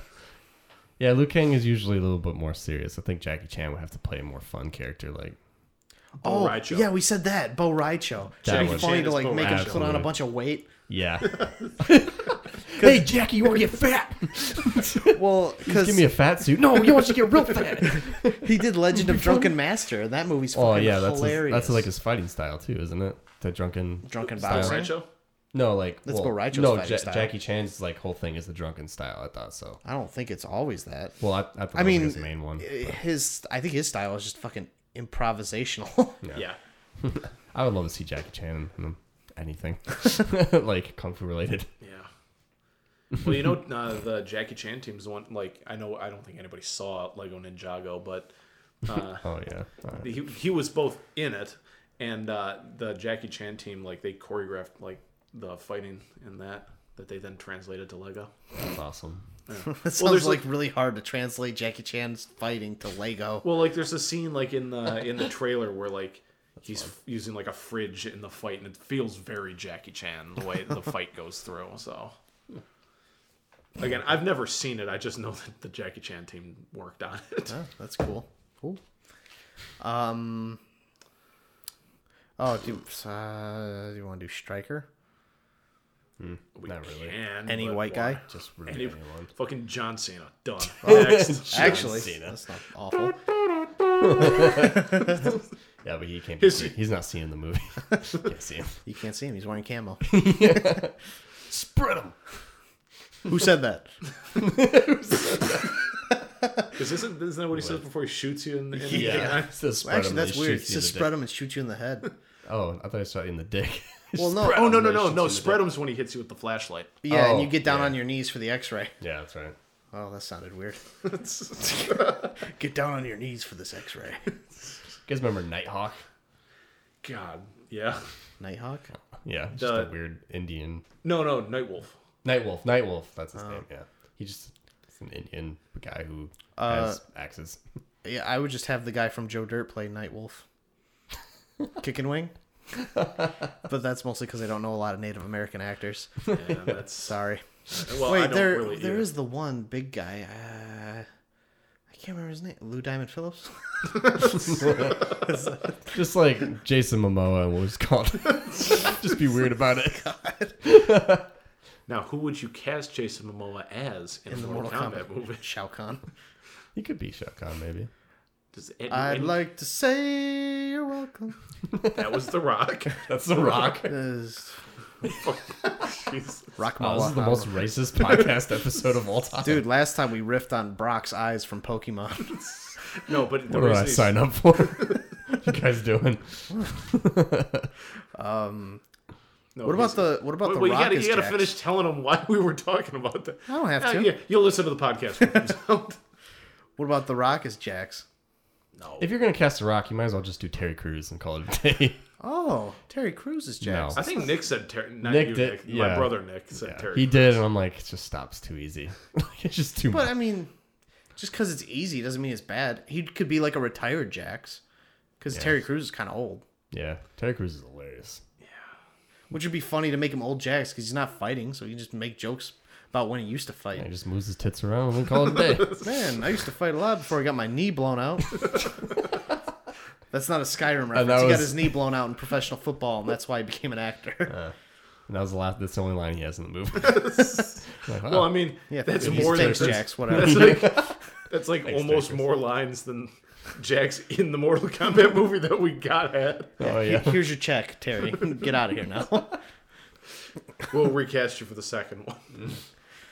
S12: yeah. Liu Kang is usually a little bit more serious. I think Jackie Chan would have to play a more fun character, like
S10: Bo
S11: oh,
S10: Raicho.
S11: yeah, we said that. Bo Raicho.
S12: That
S11: It'd be
S12: was-
S11: funny
S10: Chan
S11: to
S10: is
S11: like
S10: Bo
S11: make him
S12: Raicho.
S11: put on a bunch of weight
S12: yeah. Hey, Jackie, you want to get fat?
S11: well,
S12: Just give me a fat suit. No, you want you to get real fat.
S11: he did Legend of Drunken Master. That movie's fucking
S12: Oh yeah, that's his,
S11: hilarious.
S12: that's like his fighting style too, isn't it? The drunken
S11: Drunken
S12: style.
S11: boxer?
S10: Sideshow?
S12: No, like
S11: That's
S12: well,
S11: Borracho's
S12: No,
S11: fighting style.
S12: Jackie Chan's like whole thing is the drunken style. I thought so.
S11: I don't think it's always that.
S12: Well, I, I thought that
S11: I mean,
S12: was his main one.
S11: eh, His I think his style is just fucking improvisational.
S10: Yeah.
S12: I would love to see Jackie Chan in anything like kung fu related.
S10: Yeah. Well, you know, uh, the Jackie Chan team's the one. Like, I know, I don't think anybody saw Lego Ninjago, but uh,
S12: Oh yeah, All right.
S10: he he was both in it, and uh, the Jackie Chan team like they choreographed like the fighting in that that they then translated to Lego.
S12: that's awesome.
S11: that sounds
S10: there's,
S11: like
S10: like-
S11: really hard to translate Jackie Chan's fighting to Lego.
S10: Well, like there's a scene like in the in the trailer where like he's using like a fridge in the fight, and it feels very Jackie Chan the way the fight goes through. So again, I've never seen it. I just know that the Jackie Chan team worked on it.
S11: Oh, that's cool. Cool. Um. Oh, do uh, do you want to do striker?
S10: We
S12: Not really.
S10: can,
S11: Any
S10: but
S11: white
S10: why?
S11: guy?
S12: Just
S10: Any,
S12: really anyone.
S10: fucking John Cena done. Next.
S11: Actually, that's not awful.
S12: Yeah, but he can't. Be seen. He's not seeing the movie. can't see him.
S11: You can't see him. He's wearing camo.
S12: Spread him.
S11: Who said that?
S10: Is this isn't that what he says before he shoots you in the? In the
S12: Yeah,
S10: eye?
S11: Actually, that's weird. It's just spread him and shoot you in the head.
S12: Oh, I thought I saw it in the dick.
S11: Well, no.
S10: Oh no no no no! Spread him's when he hits you with the flashlight.
S11: Yeah, and
S12: Oh,
S11: you get down
S12: yeah.
S11: on your knees for the X-ray.
S12: yeah, that's right.
S11: Oh, that sounded weird. get down on your knees for this X-ray.
S12: You guys remember Nighthawk?
S10: God, yeah.
S11: Nighthawk.
S12: Yeah, just
S10: The-
S12: a weird Indian.
S10: No no, Nightwolf.
S12: Nightwolf. Nightwolf. That's his name. Yeah, he just it's an Indian guy who has axes.
S11: Yeah, I would just have the guy from Joe Dirt play Nightwolf. Kick and wing. but that's mostly because I don't know a lot of Native American actors.
S10: Yeah, that's
S11: Sorry.
S10: well. I
S11: Wait,
S10: don't
S11: there
S10: really
S11: there
S10: either.
S11: is the one big guy. Uh, I can't remember his name. Lou Diamond Phillips.
S12: Just like Jason Momoa, and what was called. just be weird about it.
S10: Now, who would you cast Jason Momoa as in,
S11: in
S10: the Mortal, Kombat, movie?
S11: Shao Kahn.
S12: He could be Shao Kahn, maybe.
S10: Does it,
S11: I'd like to say you're welcome.
S10: that was The Rock.
S12: That's The Rock.
S11: Is-
S10: Jeez.
S11: Rock
S12: Oh, this
S11: Mala.
S12: is the most racist podcast episode of all time.
S11: Dude, last time we riffed on Brock's eyes from Pokemon.
S10: No, but the
S12: what did
S10: reason
S12: I
S10: he's-
S12: sign up for? you guys doing?
S10: no,
S11: What about
S10: he's-
S11: the what about
S10: Wait,
S11: the
S10: wait,
S11: Rock?
S10: you gotta,
S11: is
S10: you gotta
S11: jacked?
S10: finish telling them why we were talking about that.
S11: I don't have to.
S10: yeah, you'll listen to the podcast. When it comes out.
S11: What about the Rock is Jax?
S10: No,
S12: If you're gonna cast a rock, you might as well just do Terry Crews and call it a day.
S11: Oh, Terry Crews is Jax.
S12: No.
S10: I think Nick said Ter- not
S12: Nick
S10: you,
S12: did-
S10: Nick.
S12: yeah.
S10: My brother Nick said Terry.
S12: he did, and I'm like, it just stops too easy. it's just too
S11: But
S12: much.
S11: I mean, just because it's easy doesn't mean it's bad. He could be like a retired Jax, because Terry Crews is kind of old.
S12: Yeah, Terry Crews is hilarious.
S11: Which would be funny to make him old Jax because he's not fighting, so he can just make jokes about when he used to
S12: He
S11: fight.
S12: just moves his tits around and call it a day.
S11: Man, I used to fight a lot before I got my knee blown out. that's not a Skyrim reference.
S12: that
S11: He got
S12: was-
S11: his knee blown out in professional football, and that's why he became an actor.
S12: and that was the last. That's the only line he has in the movie. Like, wow.
S10: Well, I mean,
S11: Yeah,
S10: that's
S11: thanks,
S10: more than
S11: thanks,
S10: that's-
S11: Jax. Whatever.
S10: That's like, that's like almost
S12: Jax.
S10: more lines than Jax in the Mortal Kombat movie that we got at.
S12: oh
S11: Here-
S12: yeah.
S11: Here's your check, Terry. Get out of here now.
S10: We'll recast you for the second one.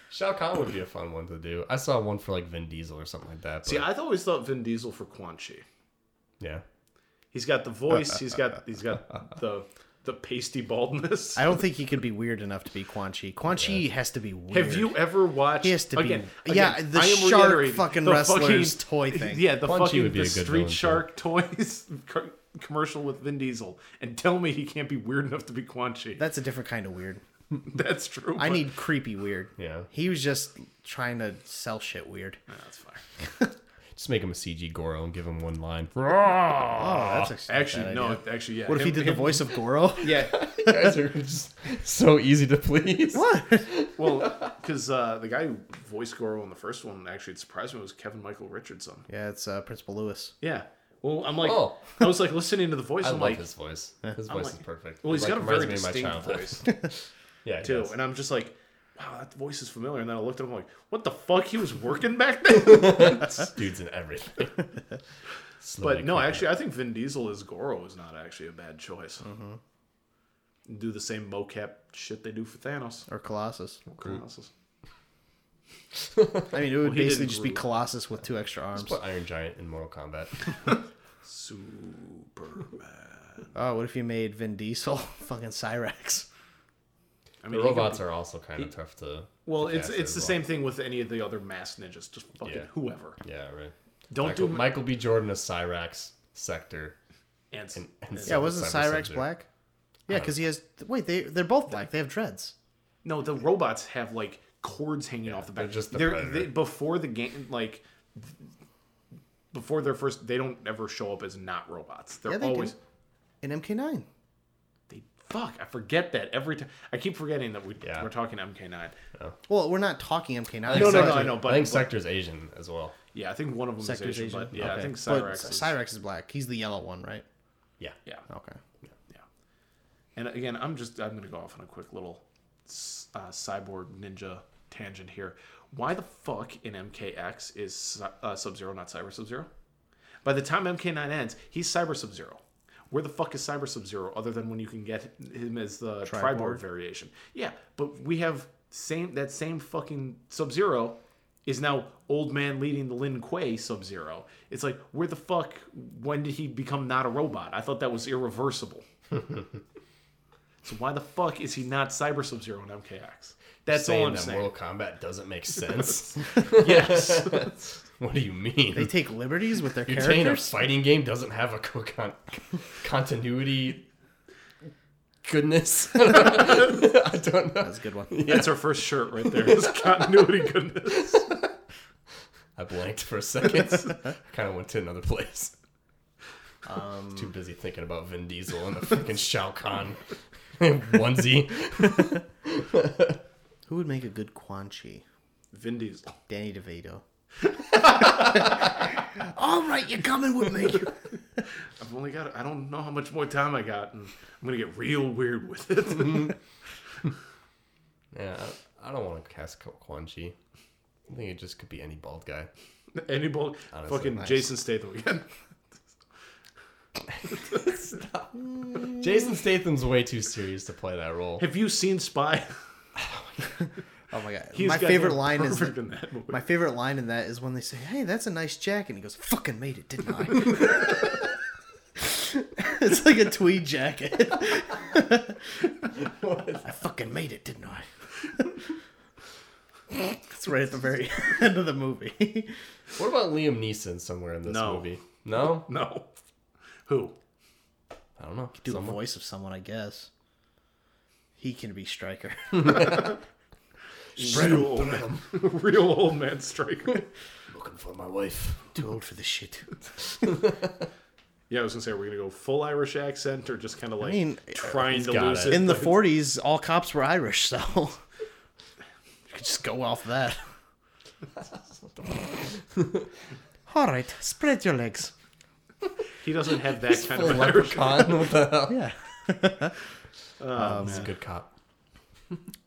S12: Shao Kahn would be a fun one to do. I saw one for like Vin Diesel or something like that. But,
S10: See, I've always thought Vin Diesel for Quan Chi.
S12: yeah.
S10: He's got the voice. He's got he's got the the pasty baldness.
S11: I don't think he could be weird enough to be Quan Chi. Quan Chi has to be weird.
S10: Have you ever watched?
S11: He has to be-
S10: again,
S11: yeah,
S10: again,
S11: the
S10: I am
S11: shark
S10: reiterating,
S11: fucking
S10: the
S11: wrestlers toy thing.
S10: Yeah, the
S12: Quan Chi
S10: fucking
S12: would be
S10: the
S12: a good villain,
S10: Street
S12: too.
S10: Shark toys co- commercial with Vin Diesel, and tell me he can't be weird enough to be Quan Chi.
S11: That's a different kind of weird.
S10: That's true.
S11: I
S10: but-
S11: need creepy weird.
S12: Yeah.
S11: He was just trying to sell shit weird.
S10: Nah, that's fine.
S12: Just make him a CG Goro and give him one line.
S11: Oh, that's actually, not a
S10: Actually,
S11: bad
S10: no.
S11: idea.
S10: Actually, yeah.
S11: What if he
S10: him-
S11: did the
S10: him-
S11: voice of Goro?
S10: Yeah.
S12: You guys are just so easy to please.
S10: Well, because uh, the guy who voiced Goro in the first one actually it surprised me was Kevin Michael Richardson.
S11: yeah, it's uh, Principal Lewis.
S10: Yeah. Well, I'm like,
S12: Oh.
S10: I was like listening to the voice.
S12: I
S10: I'm
S12: love
S10: like,
S12: his voice. His voice
S10: like-
S12: is perfect.
S10: well, he's
S12: Like,
S10: got a
S12: reminds
S10: very
S12: me of my
S10: distinct
S12: childhood.
S10: voice
S12: Yeah, he
S10: too,
S12: does.
S10: and I'm just like, wow, that voice is familiar. And then I looked at him like, what the fuck? He was working back then?
S12: Dude's in everything.
S10: but no, actually, I think Vin Diesel as Goro is not actually a bad choice.
S12: Mm-hmm.
S10: Do the same mocap shit they do for Thanos.
S11: Or Colossus.
S10: Colossus.
S11: I mean, it would
S10: he
S11: basically
S10: didn't
S11: just be
S10: grow.
S11: Colossus with two extra arms.
S12: Put Iron Giant in Mortal Kombat.
S10: Superman.
S11: Oh, what if you made Vin Diesel fucking Cyrax?
S10: I
S12: The
S10: mean, he could
S12: robots
S10: be-
S12: are also kind of tough to.
S10: Well,
S12: to
S10: it's
S12: cast
S10: it's
S12: as
S10: the
S12: well.
S10: same thing with any of the other mass ninjas. Just fucking
S12: Yeah.
S10: whoever.
S12: Yeah, right.
S10: Don't
S12: Michael,
S10: do
S12: Michael B. Jordan as Cyrax Sector.
S10: ants.
S12: and
S11: Yeah, wasn't
S12: Cyber
S11: Cyrax
S12: Sub-Zero.
S11: black? Yeah, because he has. Wait, they they're both black. They have dreads.
S10: No, the robots have like cords hanging off the back.
S12: they're just the
S10: they're,
S12: predator.
S10: they, before the game, like th- before their first, they don't ever show up as not robots. They're
S11: Yeah, they do.
S10: always
S11: In MK9.
S10: they fuck. I forget that every time. I keep forgetting that we
S12: Yeah.
S10: we're talking MK9.
S11: Well, we're not talking MK9.
S10: No, no, no,
S12: Sector-
S10: I know, but-
S12: I think
S10: but-
S12: Sector's Asian as well.
S10: Yeah, I think one of them
S11: Sector's
S10: is Asian,
S11: Asian.
S10: but yeah, I
S11: Okay.
S10: think
S11: But
S10: Cyrax. is,
S11: Cyrax is black. He's the yellow one, right?
S12: Yeah.
S10: Yeah,
S11: Okay.
S10: yeah. And again, I'm just I'm gonna go off on a quick little s- uh, cyborg ninja tangent here. Why the fuck in MKX is Cy- uh, Sub Zero not Cyber Sub Zero? By the time MK9 ends, he's Cyber Sub Zero. Where the fuck is Cyber Sub Zero other than when you can get him as the Triborg, variation? Yeah, but we have same that same fucking Sub Zero is now old man leading the Lin Kuei Sub Zero. It's like where the fuck? When did he become not a robot? I thought that was irreversible. so why the fuck is he not Cyber Sub Zero in MKX? That's
S12: saying
S10: all I'm
S12: that
S10: saying.
S12: Mortal Kombat doesn't make sense. yes. what do you mean?
S11: They take liberties with their
S12: You're saying a
S11: characters.
S12: fighting game doesn't have a co- con- continuity goodness? I don't know.
S11: That's a good one.
S10: That's our first shirt right there. It's continuity goodness.
S12: I blanked for a second. I kind of went to another place. Um, too busy thinking about Vin Diesel and the freaking Shao Kahn onesie.
S11: Who would make a good Quan Chi?
S10: Vin Diesel.
S11: Danny DeVito. All right, you're coming with me.
S10: I've only got. I don't know how much more time I got, and I'm gonna get real weird with it.
S12: Yeah, I, I don't want to cast Ko- Quan Chi. I think it just could be any bald guy.
S10: Any bull,
S12: Honestly,
S10: fucking
S12: nice.
S10: Jason Statham again.
S12: Jason Statham's way too serious to play that role.
S10: Have you seen Spy?
S11: Oh my god.
S10: He's
S11: my
S10: got
S11: favorite
S10: him
S11: line is
S10: perfect in that movie.
S11: my favorite line in that is when they say, "Hey, that's a nice jacket," and he goes, "Fucking made it, didn't I?" it's like a tweed jacket. I fucking made it, didn't I? it's right at the very end of the movie.
S12: What about Liam Neeson somewhere in this
S10: No.
S12: movie? No,
S10: No. Who?
S12: I don't know.
S11: Do
S12: Someone-
S11: a voice of someone, I guess. He can be Striker.
S10: real old man. real old man striker.
S12: looking for my wife.
S11: Too old for this shit.
S10: yeah, I was gonna say, are we gonna go full Irish accent or just kind of like
S11: mean,
S10: trying to
S12: got
S10: lose
S12: it.
S10: it?
S11: In the
S10: but-
S11: 40s, all cops were Irish, so you could just go off that. all right, spread your legs.
S10: he doesn't have that kind of Irish.
S12: Leprechaun. What the hell? Oh,
S11: Yeah,
S12: He's a good cop.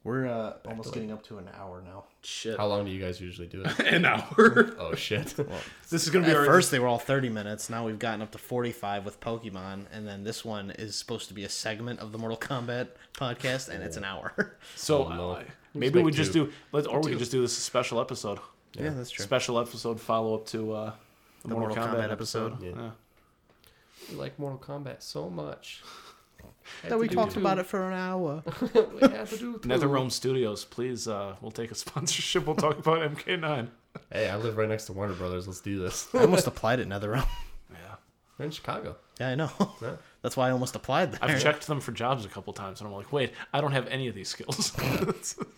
S11: we're uh, almost getting up to an hour now.
S10: Shit.
S12: How long do you guys usually do it?
S10: An hour.
S12: Oh shit.
S10: this is gonna be
S11: At
S10: our
S11: first, they were all 30 minutes. Now we've gotten up to 45 with Pokemon, and then this one is supposed to be a segment of the Mortal Kombat podcast, and it's an hour.
S10: So
S12: Oh, no.
S10: uh,
S12: Let's
S10: maybe
S12: make
S10: we just
S12: two.
S10: do, let or we can just do this as a special episode.
S11: Yeah, that's true.
S10: Special episode follow up to uh, the, Mortal, Kombat, episode. Yeah.
S12: We like Mortal Kombat so much.
S11: That we talked about it for an hour.
S12: We have to do two.
S10: NetherRealm Studios, please. Uh, we'll take a sponsorship. We'll talk about MK9.
S12: Hey, I live right next to Warner Brothers. Let's do this.
S11: I almost applied at NetherRealm.
S10: Yeah,
S12: We're in Chicago.
S11: Yeah, I know. That's why I almost applied there.
S10: I've checked them for jobs a couple times, and I'm like, wait, I don't have any of these skills.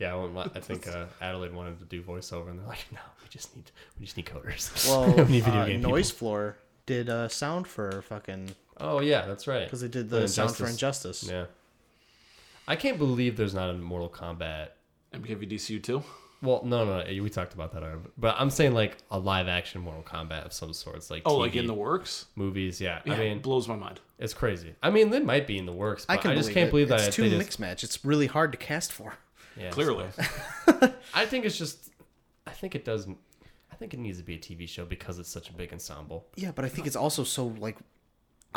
S12: Yeah, I, went, I think uh, Adelaide wanted to do voiceover, and they're like, "No, we just need we just need coders.
S11: Well,
S12: we need video
S11: uh,
S12: game
S11: Noise Floor did uh, sound for fucking
S12: people." Oh yeah, that's right.
S11: because they did the sound for Injustice.
S12: Yeah. I can't believe there's not a Mortal Kombat.
S10: MKVDCU too.
S12: Well, no, no, no, we talked about that already. But I'm saying like a live action Mortal Kombat of some sorts, like
S10: Oh,
S12: TV,
S10: like in the works.
S12: movies. Yeah.
S10: Yeah,
S12: I mean,
S10: blows my mind.
S12: it's crazy. I mean, they might be in the works, but I, just can't
S11: it.
S12: believe that
S11: it's
S12: they
S11: two
S12: just-
S11: mixed match. It's really hard to cast for.
S12: Yeah,
S10: Clearly.
S12: so- I think it's just. I think it does. I think it needs to be a TV show because it's such a big ensemble.
S11: Yeah, but I think it's also so like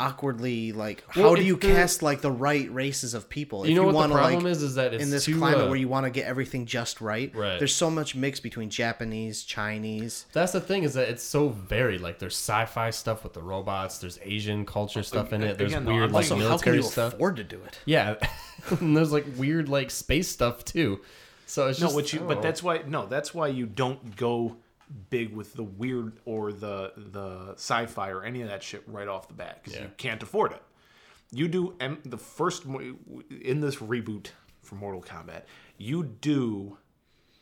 S11: awkwardly like
S12: Well,
S11: how do
S12: if
S11: you
S12: the-
S11: cast like the right races of people?
S12: You know what the
S11: wanna,
S12: problem is, is that it's
S11: in this
S12: too,
S11: climate
S12: uh,
S11: where you want to get everything just right.
S12: Right.
S11: There's so much mix between Japanese, Chinese.
S12: That's the thing is that it's so varied. Like there's sci-fi stuff with the robots. There's Asian culture stuff in it. There's
S10: Again, though,
S12: weird
S10: I'm
S12: like
S10: also, how
S11: can
S12: military
S11: you
S12: stuff.
S11: afford to do it?
S12: Yeah, and there's like weird like space stuff too. So it's
S10: No,
S12: just, oh.
S10: what you
S12: I don't
S10: but
S12: know.
S10: that's why no, that's why you don't go big with the weird or the the sci-fi or any of that shit right off the bat because
S12: Yeah.
S10: you can't afford it. You do M- the first mo- in this reboot for Mortal Kombat. You do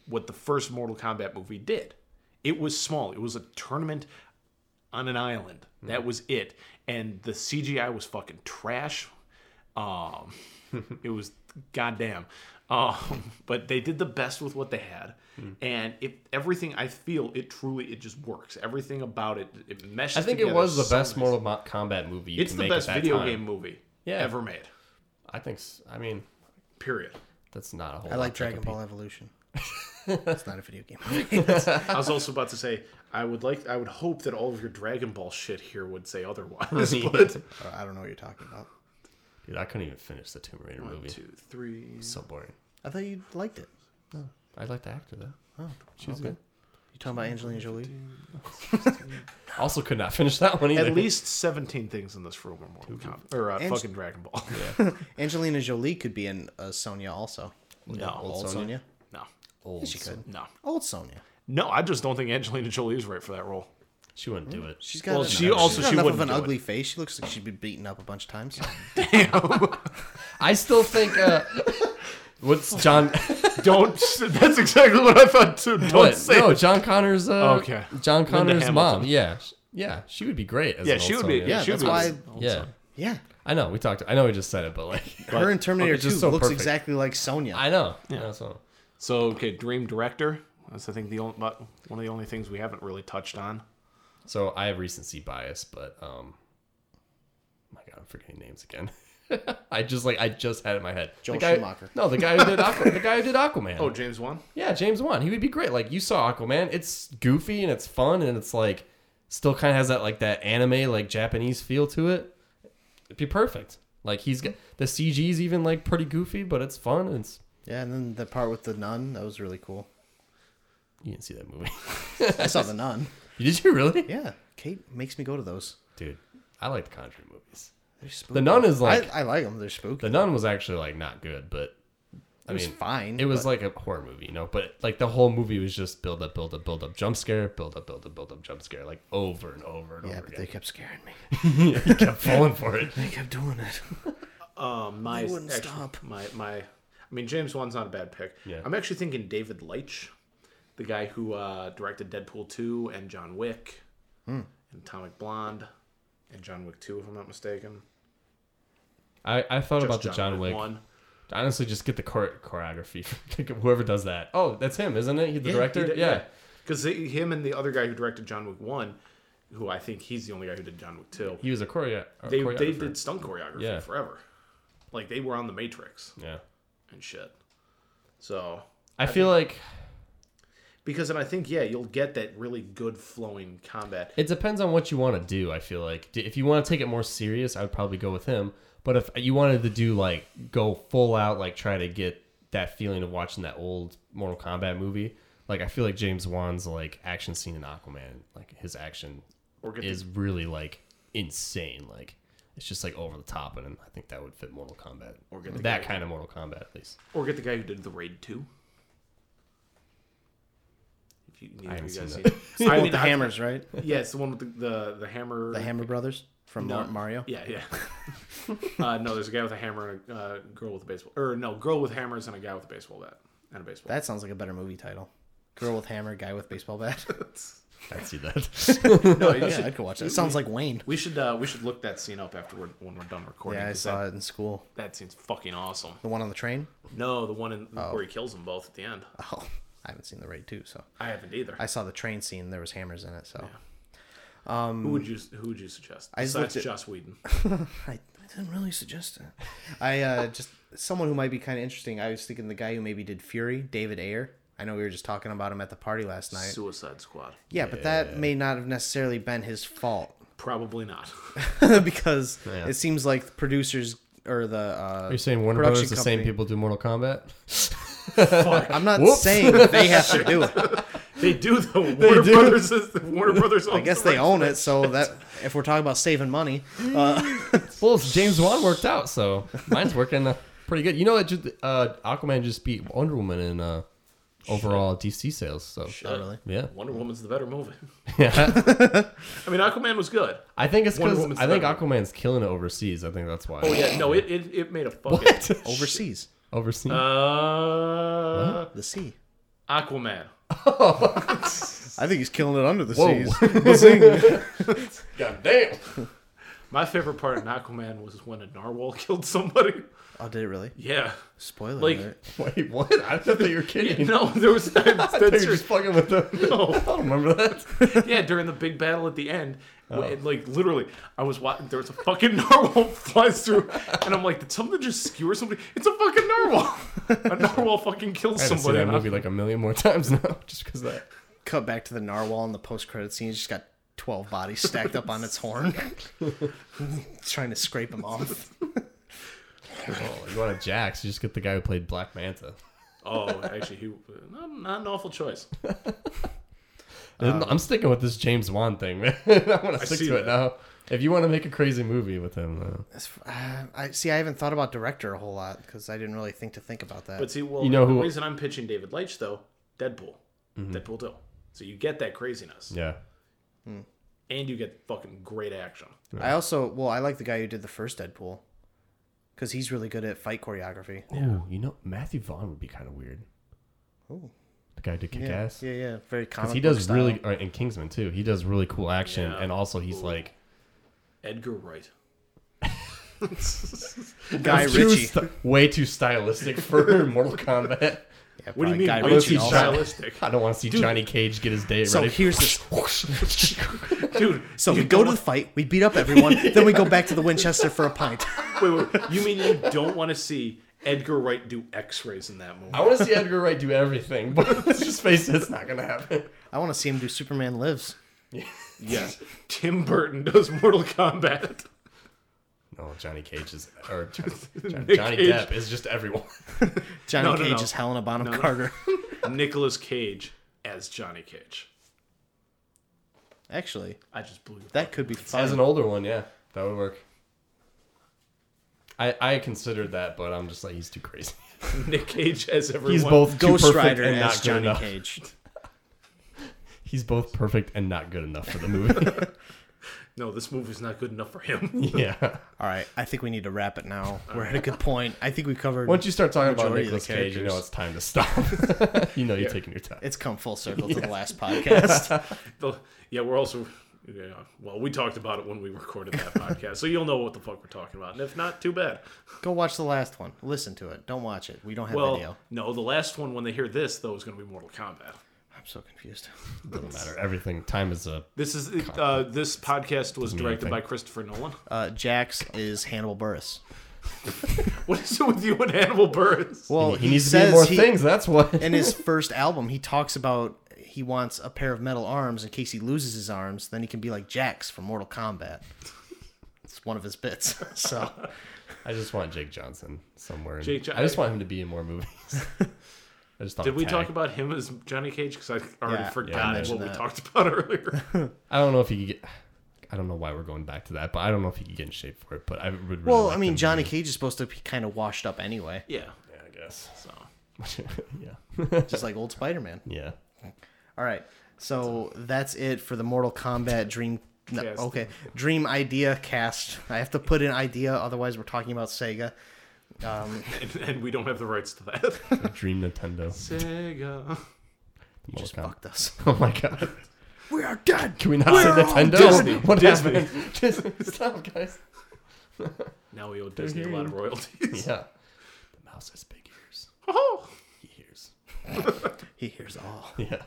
S10: what the first Mortal Kombat movie did. It was small. It was a tournament on an island.
S12: Hmm.
S10: That was it. And the CGI was fucking trash. Um, it was goddamn. Um, but they did the best with what they had,
S12: Hmm.
S10: and if everything I feel it truly it just works. Everything about it it meshes.
S12: I think it
S10: together
S12: was the
S10: so
S12: best
S10: nice.
S12: Mortal Mo- Kombat movie. You
S10: It's
S12: can
S10: the
S12: make at
S10: best
S12: that
S10: video
S12: time.
S10: game movie
S12: Yeah.
S10: ever made.
S12: I think. s- I mean,
S10: Period.
S12: that's not a whole.
S11: I
S12: lot
S11: like
S12: to
S11: Dragon
S12: compete.
S11: Ball Evolution. It's not a video game.
S10: I was also about to say I would like I would hope that all of your Dragon Ball shit here would say otherwise. But
S11: I don't know what you're talking about.
S12: Dude, I couldn't even finish the Tomb Raider movie.
S10: two, three.
S12: So boring.
S11: I thought you liked it.
S12: I like the actor though. Oh, she's good.
S11: You talking about Angelina Jolie?
S12: Also, could not finish that one either.
S10: At least seventeen things in this room are Mortal Kombat or uh,
S11: And-
S10: fucking Dragon Ball.
S11: Angelina Jolie could be in uh, Sonya also.
S10: No.
S11: old
S10: Sonya?
S11: Sonya.
S10: No,
S12: old.
S11: She could.
S10: no,
S11: Old Sonya.
S10: no. I just don't think Angelina Jolie is right for that role.
S12: She wouldn't do it.
S11: She's got.
S10: Well,
S11: an-
S10: she also-
S11: she's
S10: she
S11: got enough of
S10: wouldn't
S11: an
S10: do it.
S11: ugly face. She looks like she'd been beaten up a bunch of times.
S12: I still think. Uh, what's John?
S10: Don't. That's exactly what I thought too. Don't
S12: What?
S10: say.
S12: No, John Connor's. Uh,
S10: Okay.
S12: John
S10: Linda
S12: Connor's
S10: Hamilton.
S12: mom. Yeah, sh- yeah. She would be great. As
S10: Yeah,
S12: an
S10: she
S12: old
S10: would be.
S12: Sonya.
S10: Yeah,
S11: Yeah,
S10: she
S11: that's
S10: was-
S11: why.
S12: yeah.
S11: Yeah,
S12: I know. We talked. I know. We just said it, but like,
S11: her in Terminator
S12: okay,
S11: 2
S12: she's so
S11: looks
S12: perfect.
S11: exactly like Sonya.
S12: I know. Yeah. so
S10: So okay, Dream Director. That's I think the only but one of the only things we haven't really touched on.
S12: so I have recency bias, but um, my God, I'm forgetting names again. I just like I just had it in my head.
S11: Joel
S12: the guy,
S11: Schumacher.
S12: No, the guy who did Aqu- the guy who did Aquaman.
S10: Oh, James Wan.
S12: Yeah, James Wan. He would be great. Like you saw Aquaman. It's goofy and it's fun and it's like still kind of has that like that anime like Japanese feel to it. It'd be perfect. Like he's got the CG's even like pretty goofy, but it's fun. And it's
S11: Yeah, and then the part with the nun that was really cool.
S12: you didn't see that movie.
S11: I saw the nun.
S12: Did you really?
S11: Yeah, Kate makes me go to those.
S12: Dude, I like the Conjuring movies.
S11: They're spooky.
S12: The Nun is like
S11: I, I like them. They're spooky.
S12: the Nun was actually like not good, but I
S11: it was
S12: mean
S11: fine.
S12: It was
S11: but-
S12: like a horror movie, you know, but like the whole movie was just build up, build up, build up, jump scare, build up, build up, build up, jump scare, like over and over and
S11: yeah,
S12: over
S11: but
S12: again.
S11: they kept scaring me.
S12: you kept falling for it.
S11: They kept doing it.
S10: Um, my
S11: They wouldn't
S10: actually-
S11: stop.
S10: My my. I mean, James Wan's not a bad pick.
S12: Yeah.
S10: I'm actually thinking David Leitch, the guy who uh, directed Deadpool 2 and John Wick,
S12: Hmm.
S10: and Atomic Blonde, and John Wick 2, if I'm not mistaken.
S12: I, I thought
S10: Just
S12: about the John Wick.
S10: one.
S12: Honestly, just get the chore- choreography. Like, Whoever does that. Oh, that's him, isn't it? He the
S10: Yeah,
S12: director.
S10: he did-
S12: yeah.
S10: Because him and the other guy who directed John Wick 1, who I think he's the only guy who did John Wick 2,
S12: he was a choreo. a
S10: they,
S12: choreographer.
S10: they did stunt choreography
S12: Yeah.
S10: forever. Like they were on The Matrix
S12: Yeah.
S10: and shit. So,
S12: I feel like
S10: because, and I think, yeah, you'll get that really good flowing combat.
S12: it depends on what you want to do. I feel like D- if you want to take it more serious, I would probably go with him. But if you wanted to do like go full out, like try to get that feeling of watching that old Mortal Kombat movie, like I feel like James Wan's like action scene in Aquaman, like his action
S10: Or get the-
S12: is really like insane. Like it's just like over the top, and I think that would fit Mortal Kombat or
S10: get the
S12: that kind of Mortal Kombat at least.
S10: Or get the guy who did the raid two. If you, neither of
S12: haven't
S10: you guys
S12: seen
S10: seen it. I
S11: with
S10: mean,
S11: the
S10: I-
S11: hammers, right?
S10: Yeah, it's the one with the the, the hammer.
S11: The Hammer Brothers from
S10: No.
S11: Mar- Mario.
S10: Yeah, yeah. uh, no, there's a guy with a hammer and a uh, girl with a baseball. Or no, girl with hammers and a guy with a baseball bat and a baseball.
S11: That sounds like a better movie title. Girl with hammer, guy with baseball bat.
S12: I see that.
S10: no, you
S11: yeah, I
S10: should,
S11: could watch that. It sounds like Wayne.
S10: we should uh, we should look that scene up after we're, when we're done recording.
S11: Yeah, I
S10: 'cause
S11: saw
S10: that,
S11: it in school.
S10: That scene's fucking awesome.
S11: The one on the train.
S10: No, the one in, where he kills them both at the end.
S11: Oh, I haven't seen the raid too, so
S10: I haven't either.
S11: I saw the train scene. There was hammers in it, so
S10: who would you Who would you suggest?
S11: Mm. I just
S10: Besides
S11: looked at-
S10: Joss Whedon.
S11: I, I I didn't really suggest it. I uh, just someone who might be kind of interesting. I was thinking the guy who maybe did Fury, David Ayer. I know we were just talking about him at the party last night.
S10: Suicide Squad.
S11: yeah, but that may not have necessarily been his fault
S10: Probably not.
S11: because
S12: Yeah.
S11: it seems like the producers or the uh,
S12: Are you saying Warner Brothers
S11: production
S12: is the same
S11: company-
S12: people do Mortal Kombat?
S11: I'm not
S12: Whoops.
S11: saying they have to do it.
S10: They do though. Warner
S12: do.
S10: Brothers. Is, Warner Brothers.
S11: I guess they own it, so that if we're talking about saving money, uh,
S12: Well, it's James Wan worked out, so mine's working uh, pretty good. You know, it just, uh, Aquaman just beat Wonder Woman in uh, overall DC sales. So
S11: Oh, really?
S12: yeah,
S10: Uh, Wonder Woman's the better movie.
S12: yeah.
S10: I mean, Aquaman was good.
S12: I think it's
S10: Wonder
S12: because
S10: Woman's
S12: I think
S10: better.
S12: Aquaman's killing it overseas. I think that's why.
S10: Oh yeah, no, it, it, it made a fucking.
S12: What?
S11: overseas,
S12: Overseas.
S10: Uh,
S11: the sea.
S10: Aquaman.
S11: I think he's killing it under the
S12: Whoa.
S11: seas.
S10: God damn. My favorite part in Aquaman was when a narwhal killed somebody.
S11: Oh, did it really?
S10: Yeah.
S11: Spoiler
S10: Like-
S11: alert.
S12: Wait, what? I thought you were kidding.
S10: No, there was that's,
S12: I thought you
S10: that's
S12: were just fucking with them. I don't remember that.
S10: yeah, during the big battle at the end,
S12: Oh.
S10: wh- it, like literally, I was watching. There was a fucking narwhal flies through, and I'm like, did someone just skewer somebody? It's a fucking narwhal. A narwhal fucking kills
S12: I had to see
S10: somebody.
S12: that
S10: and I-
S12: movie like a million more times now just because that.
S11: Cut back to the narwhal in the post-credit scene. He's just got twelve bodies stacked up on its horn, trying to scrape them off.
S12: Oh, you want a Jax? You just get the guy who played Black Manta.
S10: oh, actually, he not, not an awful choice.
S12: I'm sticking with this James Wan thing, man. Um, I want to stick
S10: see
S12: to it
S10: that.
S12: now. If you want to make a crazy movie with him, uh,
S11: That's- uh, I see. I haven't thought about director a whole lot because I didn't really think to think about that.
S10: But see, well,
S12: You know
S10: the
S12: who- Mm-hmm.
S10: reason I'm pitching David Leitch though, Deadpool, Deadpool two. So you get that craziness,
S12: yeah,
S10: and you get fucking great action.
S11: I also well, I like the guy who did the first Deadpool because he's really good at fight choreography.
S12: Ooh, you know Matthew Vaughn would be kind of weird.
S11: Ooh.
S12: the guy who did Kick
S11: Yeah,
S12: Ass.
S11: yeah, yeah. Very
S12: Because
S11: comic.
S12: he
S11: book
S12: does
S11: style.
S12: really, or, and Kingsman too. He does really cool action,
S10: Yeah.
S12: and also he's like
S10: Edgar Wright.
S11: Guy
S12: That's too
S11: Ritchie.
S12: sti- way too stylistic for Mortal Kombat.
S11: Yeah,
S10: What do
S11: probably
S10: you mean?
S11: Guy
S10: way too
S11: Ritchie also.
S10: stylistic,
S12: I don't want to see Johnny Cage get his day
S11: So
S12: ready.
S11: here's this.
S10: dude.
S11: So
S10: you
S11: we go
S10: don't-
S11: to the fight, we beat up everyone, then we go back to the Winchester for a pint.
S10: Wait, wait, wait. You mean you don't want to see Edgar Wright do X-rays in that movie?
S12: I want to see Edgar Wright do everything, but let's just face it, it's not gonna happen.
S11: I want to see him do Superman Lives.
S10: Yes. Tim Burton does Mortal Kombat.
S12: No, Oh, Johnny Cage is, or Johnny, Johnny,
S10: Nick
S12: Johnny
S10: Cage.
S12: Depp is just everyone.
S11: Johnny
S10: No, no,
S11: Cage
S10: no.
S11: is Helena Bonham
S10: no.
S11: Carter.
S10: Nicolas Cage as Johnny Cage.
S11: Actually,
S10: I just blew your
S11: that could be fun.
S12: As an older one, yeah, that would work. I I considered that, but I'm just like he's too crazy.
S10: Nick Cage as everyone.
S12: He's both too
S11: Ghost
S12: perfect
S11: Rider
S12: and not
S11: as
S12: good
S11: Johnny
S12: enough.
S11: Cage.
S12: He's both perfect and not good enough for the movie.
S10: No, this movie's not good enough for him.
S12: yeah.
S11: All right, I think we need to wrap it now. We're at a good point. I think we covered.
S12: Once you start talking about
S11: Majority of the
S12: Nicolas Cage, you know
S11: characters.
S12: it's time to stop. you know you're taking your time.
S11: it's come full circle to the last podcast.
S10: The- yeah, we're also. Yeah, well, we talked about it when we recorded that podcast, so you'll know what the fuck we're talking about. And if not, too bad.
S11: go watch the last one. Listen to it. Don't watch it. We don't have
S10: Well,
S11: video.
S10: no, the last one when they hear this though is going to be Mortal Kombat.
S11: I'm so confused.
S12: Doesn't matter. Everything. Time is a.
S10: This is uh, this podcast was
S12: mean
S10: directed by
S12: anything.
S10: Christopher Nolan.
S11: Uh, Jax is Hannibal Burris.
S10: What is it with you and Hannibal Burris?
S11: Well,
S12: he needs to be in more things. That's what.
S11: in his first album, he talks about he wants a pair of metal arms in case he loses his arms. Then he can be like Jax from Mortal Kombat. It's one of his bits. So
S12: I just want Jake Johnson somewhere. in-
S10: Jake Jo-
S12: I just want him to be in more movies. I just thought
S10: Did we
S12: tag.
S10: talk about him as Johnny Cage? Because I already
S11: Yeah,
S10: forgot
S12: yeah, I
S10: what
S11: mentioned
S10: we
S11: that.
S10: talked about earlier.
S12: I don't know if he could get. I don't know why we're going back to that, but I don't know if he could get in shape for it. But I would. Really
S11: well,
S12: like
S11: I mean,
S12: him.
S11: Johnny Cage is supposed to be kind of washed up anyway,
S10: yeah.
S12: Yeah, I guess.
S10: So
S12: yeah.
S11: just like old Spider Man.
S12: Yeah.
S11: All right, so that's it for the Mortal Kombat Dream. No,
S10: Cast.
S11: okay, Dream Idea Cast. I have to put in idea, otherwise we're talking about Sega. Um,
S10: and, and we don't have the rights to that.
S12: Dream Nintendo.
S10: Sega.
S12: You
S11: just fucked us.
S12: Oh my god.
S11: We are dead.
S12: Can we not
S11: We're
S12: say
S11: all
S12: Nintendo? What happened? Disney. Stop, guys.
S10: Now we owe Disney a lot of royalties.
S12: Yeah. The mouse has big ears.
S10: Oh.
S12: He hears.
S11: He hears all.
S12: Yeah.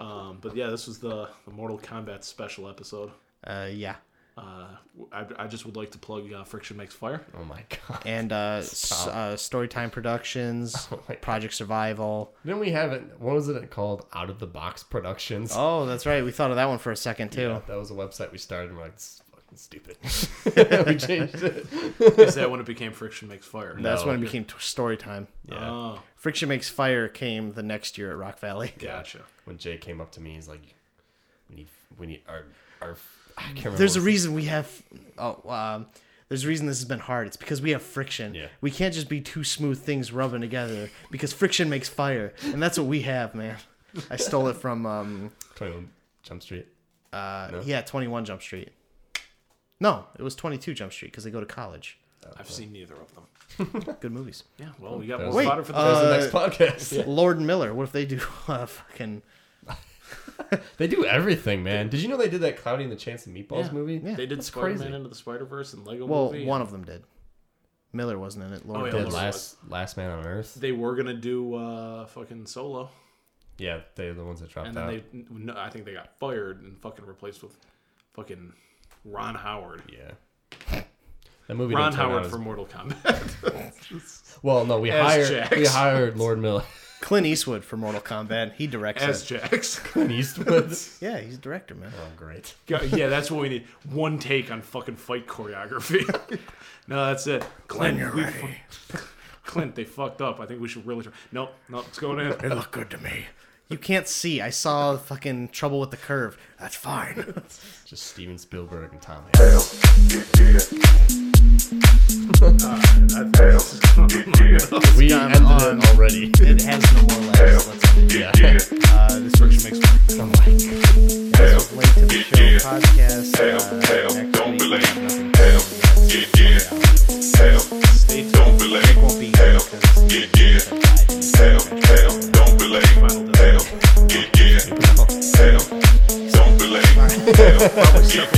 S10: Um, but yeah, this was the, the Mortal Kombat special episode.
S11: Uh, yeah.
S10: Uh, I, I just would like to plug uh, Friction Makes Fire.
S12: Oh my god! Oh
S11: And uh, s- uh, Storytime Productions, Project Survival.
S12: Didn't we have it? What was it called? Out of the Box Productions.
S11: Oh, that's right. We thought of that one for a second too.
S12: Yeah, that was a website we started. And we're like, this is fucking stupid. we changed it.
S10: Is that when it became Friction Makes Fire?
S11: That's when it became t- Storytime.
S12: Oh, Yeah.
S10: Oh,
S11: Friction Makes Fire came the next year at Rock Valley.
S10: gotcha.
S12: When Jay came up to me, he's like, "We need, we need our, our." I can't remember.
S11: There's a
S12: what-
S11: reason we have. Oh, um, there's a reason this has been hard. It's because we have friction.
S12: Yeah.
S11: We can't just be two smooth things rubbing together because friction makes fire, and that's what we have, man. I stole it from um,
S12: 21 Jump Street.
S11: uh, yeah, 21 Jump Street. No, it was 22 Jump Street because they go to college.
S10: I've seen neither of them.
S11: Good movies.
S10: Yeah, well, we got more
S12: That was-
S11: Wait,
S10: fodder for the
S11: uh,
S12: That was the next podcast.
S11: Lord and Miller. What if they do uh, fucking?
S12: They do everything, man. Did you know they did that Cloudy and the Chance of Meatballs
S11: Yeah.
S12: movie?
S11: Yeah.
S10: They did
S12: That's
S10: Spider Man
S12: crazy.
S10: into the Spider Verse and Lego
S11: Well,
S10: Movie.
S11: one of them did. Miller wasn't in it. Lord
S10: Oh, yeah,
S11: did.
S12: Did last Last Man on Earth.
S10: They were gonna do uh, fucking Solo,
S12: Yeah, they're the ones that dropped
S10: and
S12: out.
S10: then they no, I think they got fired and fucking replaced with fucking Ron Howard.
S12: Yeah. That movie.
S10: Ron
S12: didn't turn out
S10: Howard
S12: as-
S10: for Mortal Kombat.
S12: Well, no, we
S10: as
S12: hired
S10: Jax.
S12: we hired Lord Miller
S11: Clint Eastwood for Mortal Kombat. He directs
S10: As
S11: it.
S10: Jax.
S12: and Eastwood.
S11: Yeah, he's a director, man.
S12: oh, great.
S10: Go- yeah, that's what we need. One take on fucking fight choreography. no, that's it. Clint, we fu- Clint, they fucked up. I think we should really try. Nope, nope, it's going in. It looked good to me.
S11: You can't see. I saw fucking trouble with the curve. That's fine.
S12: Just Steven Spielberg and Tom Hanks. We
S11: I'm
S12: ended
S11: on-
S12: it already.
S11: it has no more legs. Let's do it.
S12: Yeah.
S11: Uh, this version makes fun. Oh my god. Late to the show podcast. Uh, next week. Nothing. Stay tuned. It won't be because it's- Final done.
S3: Don't delay.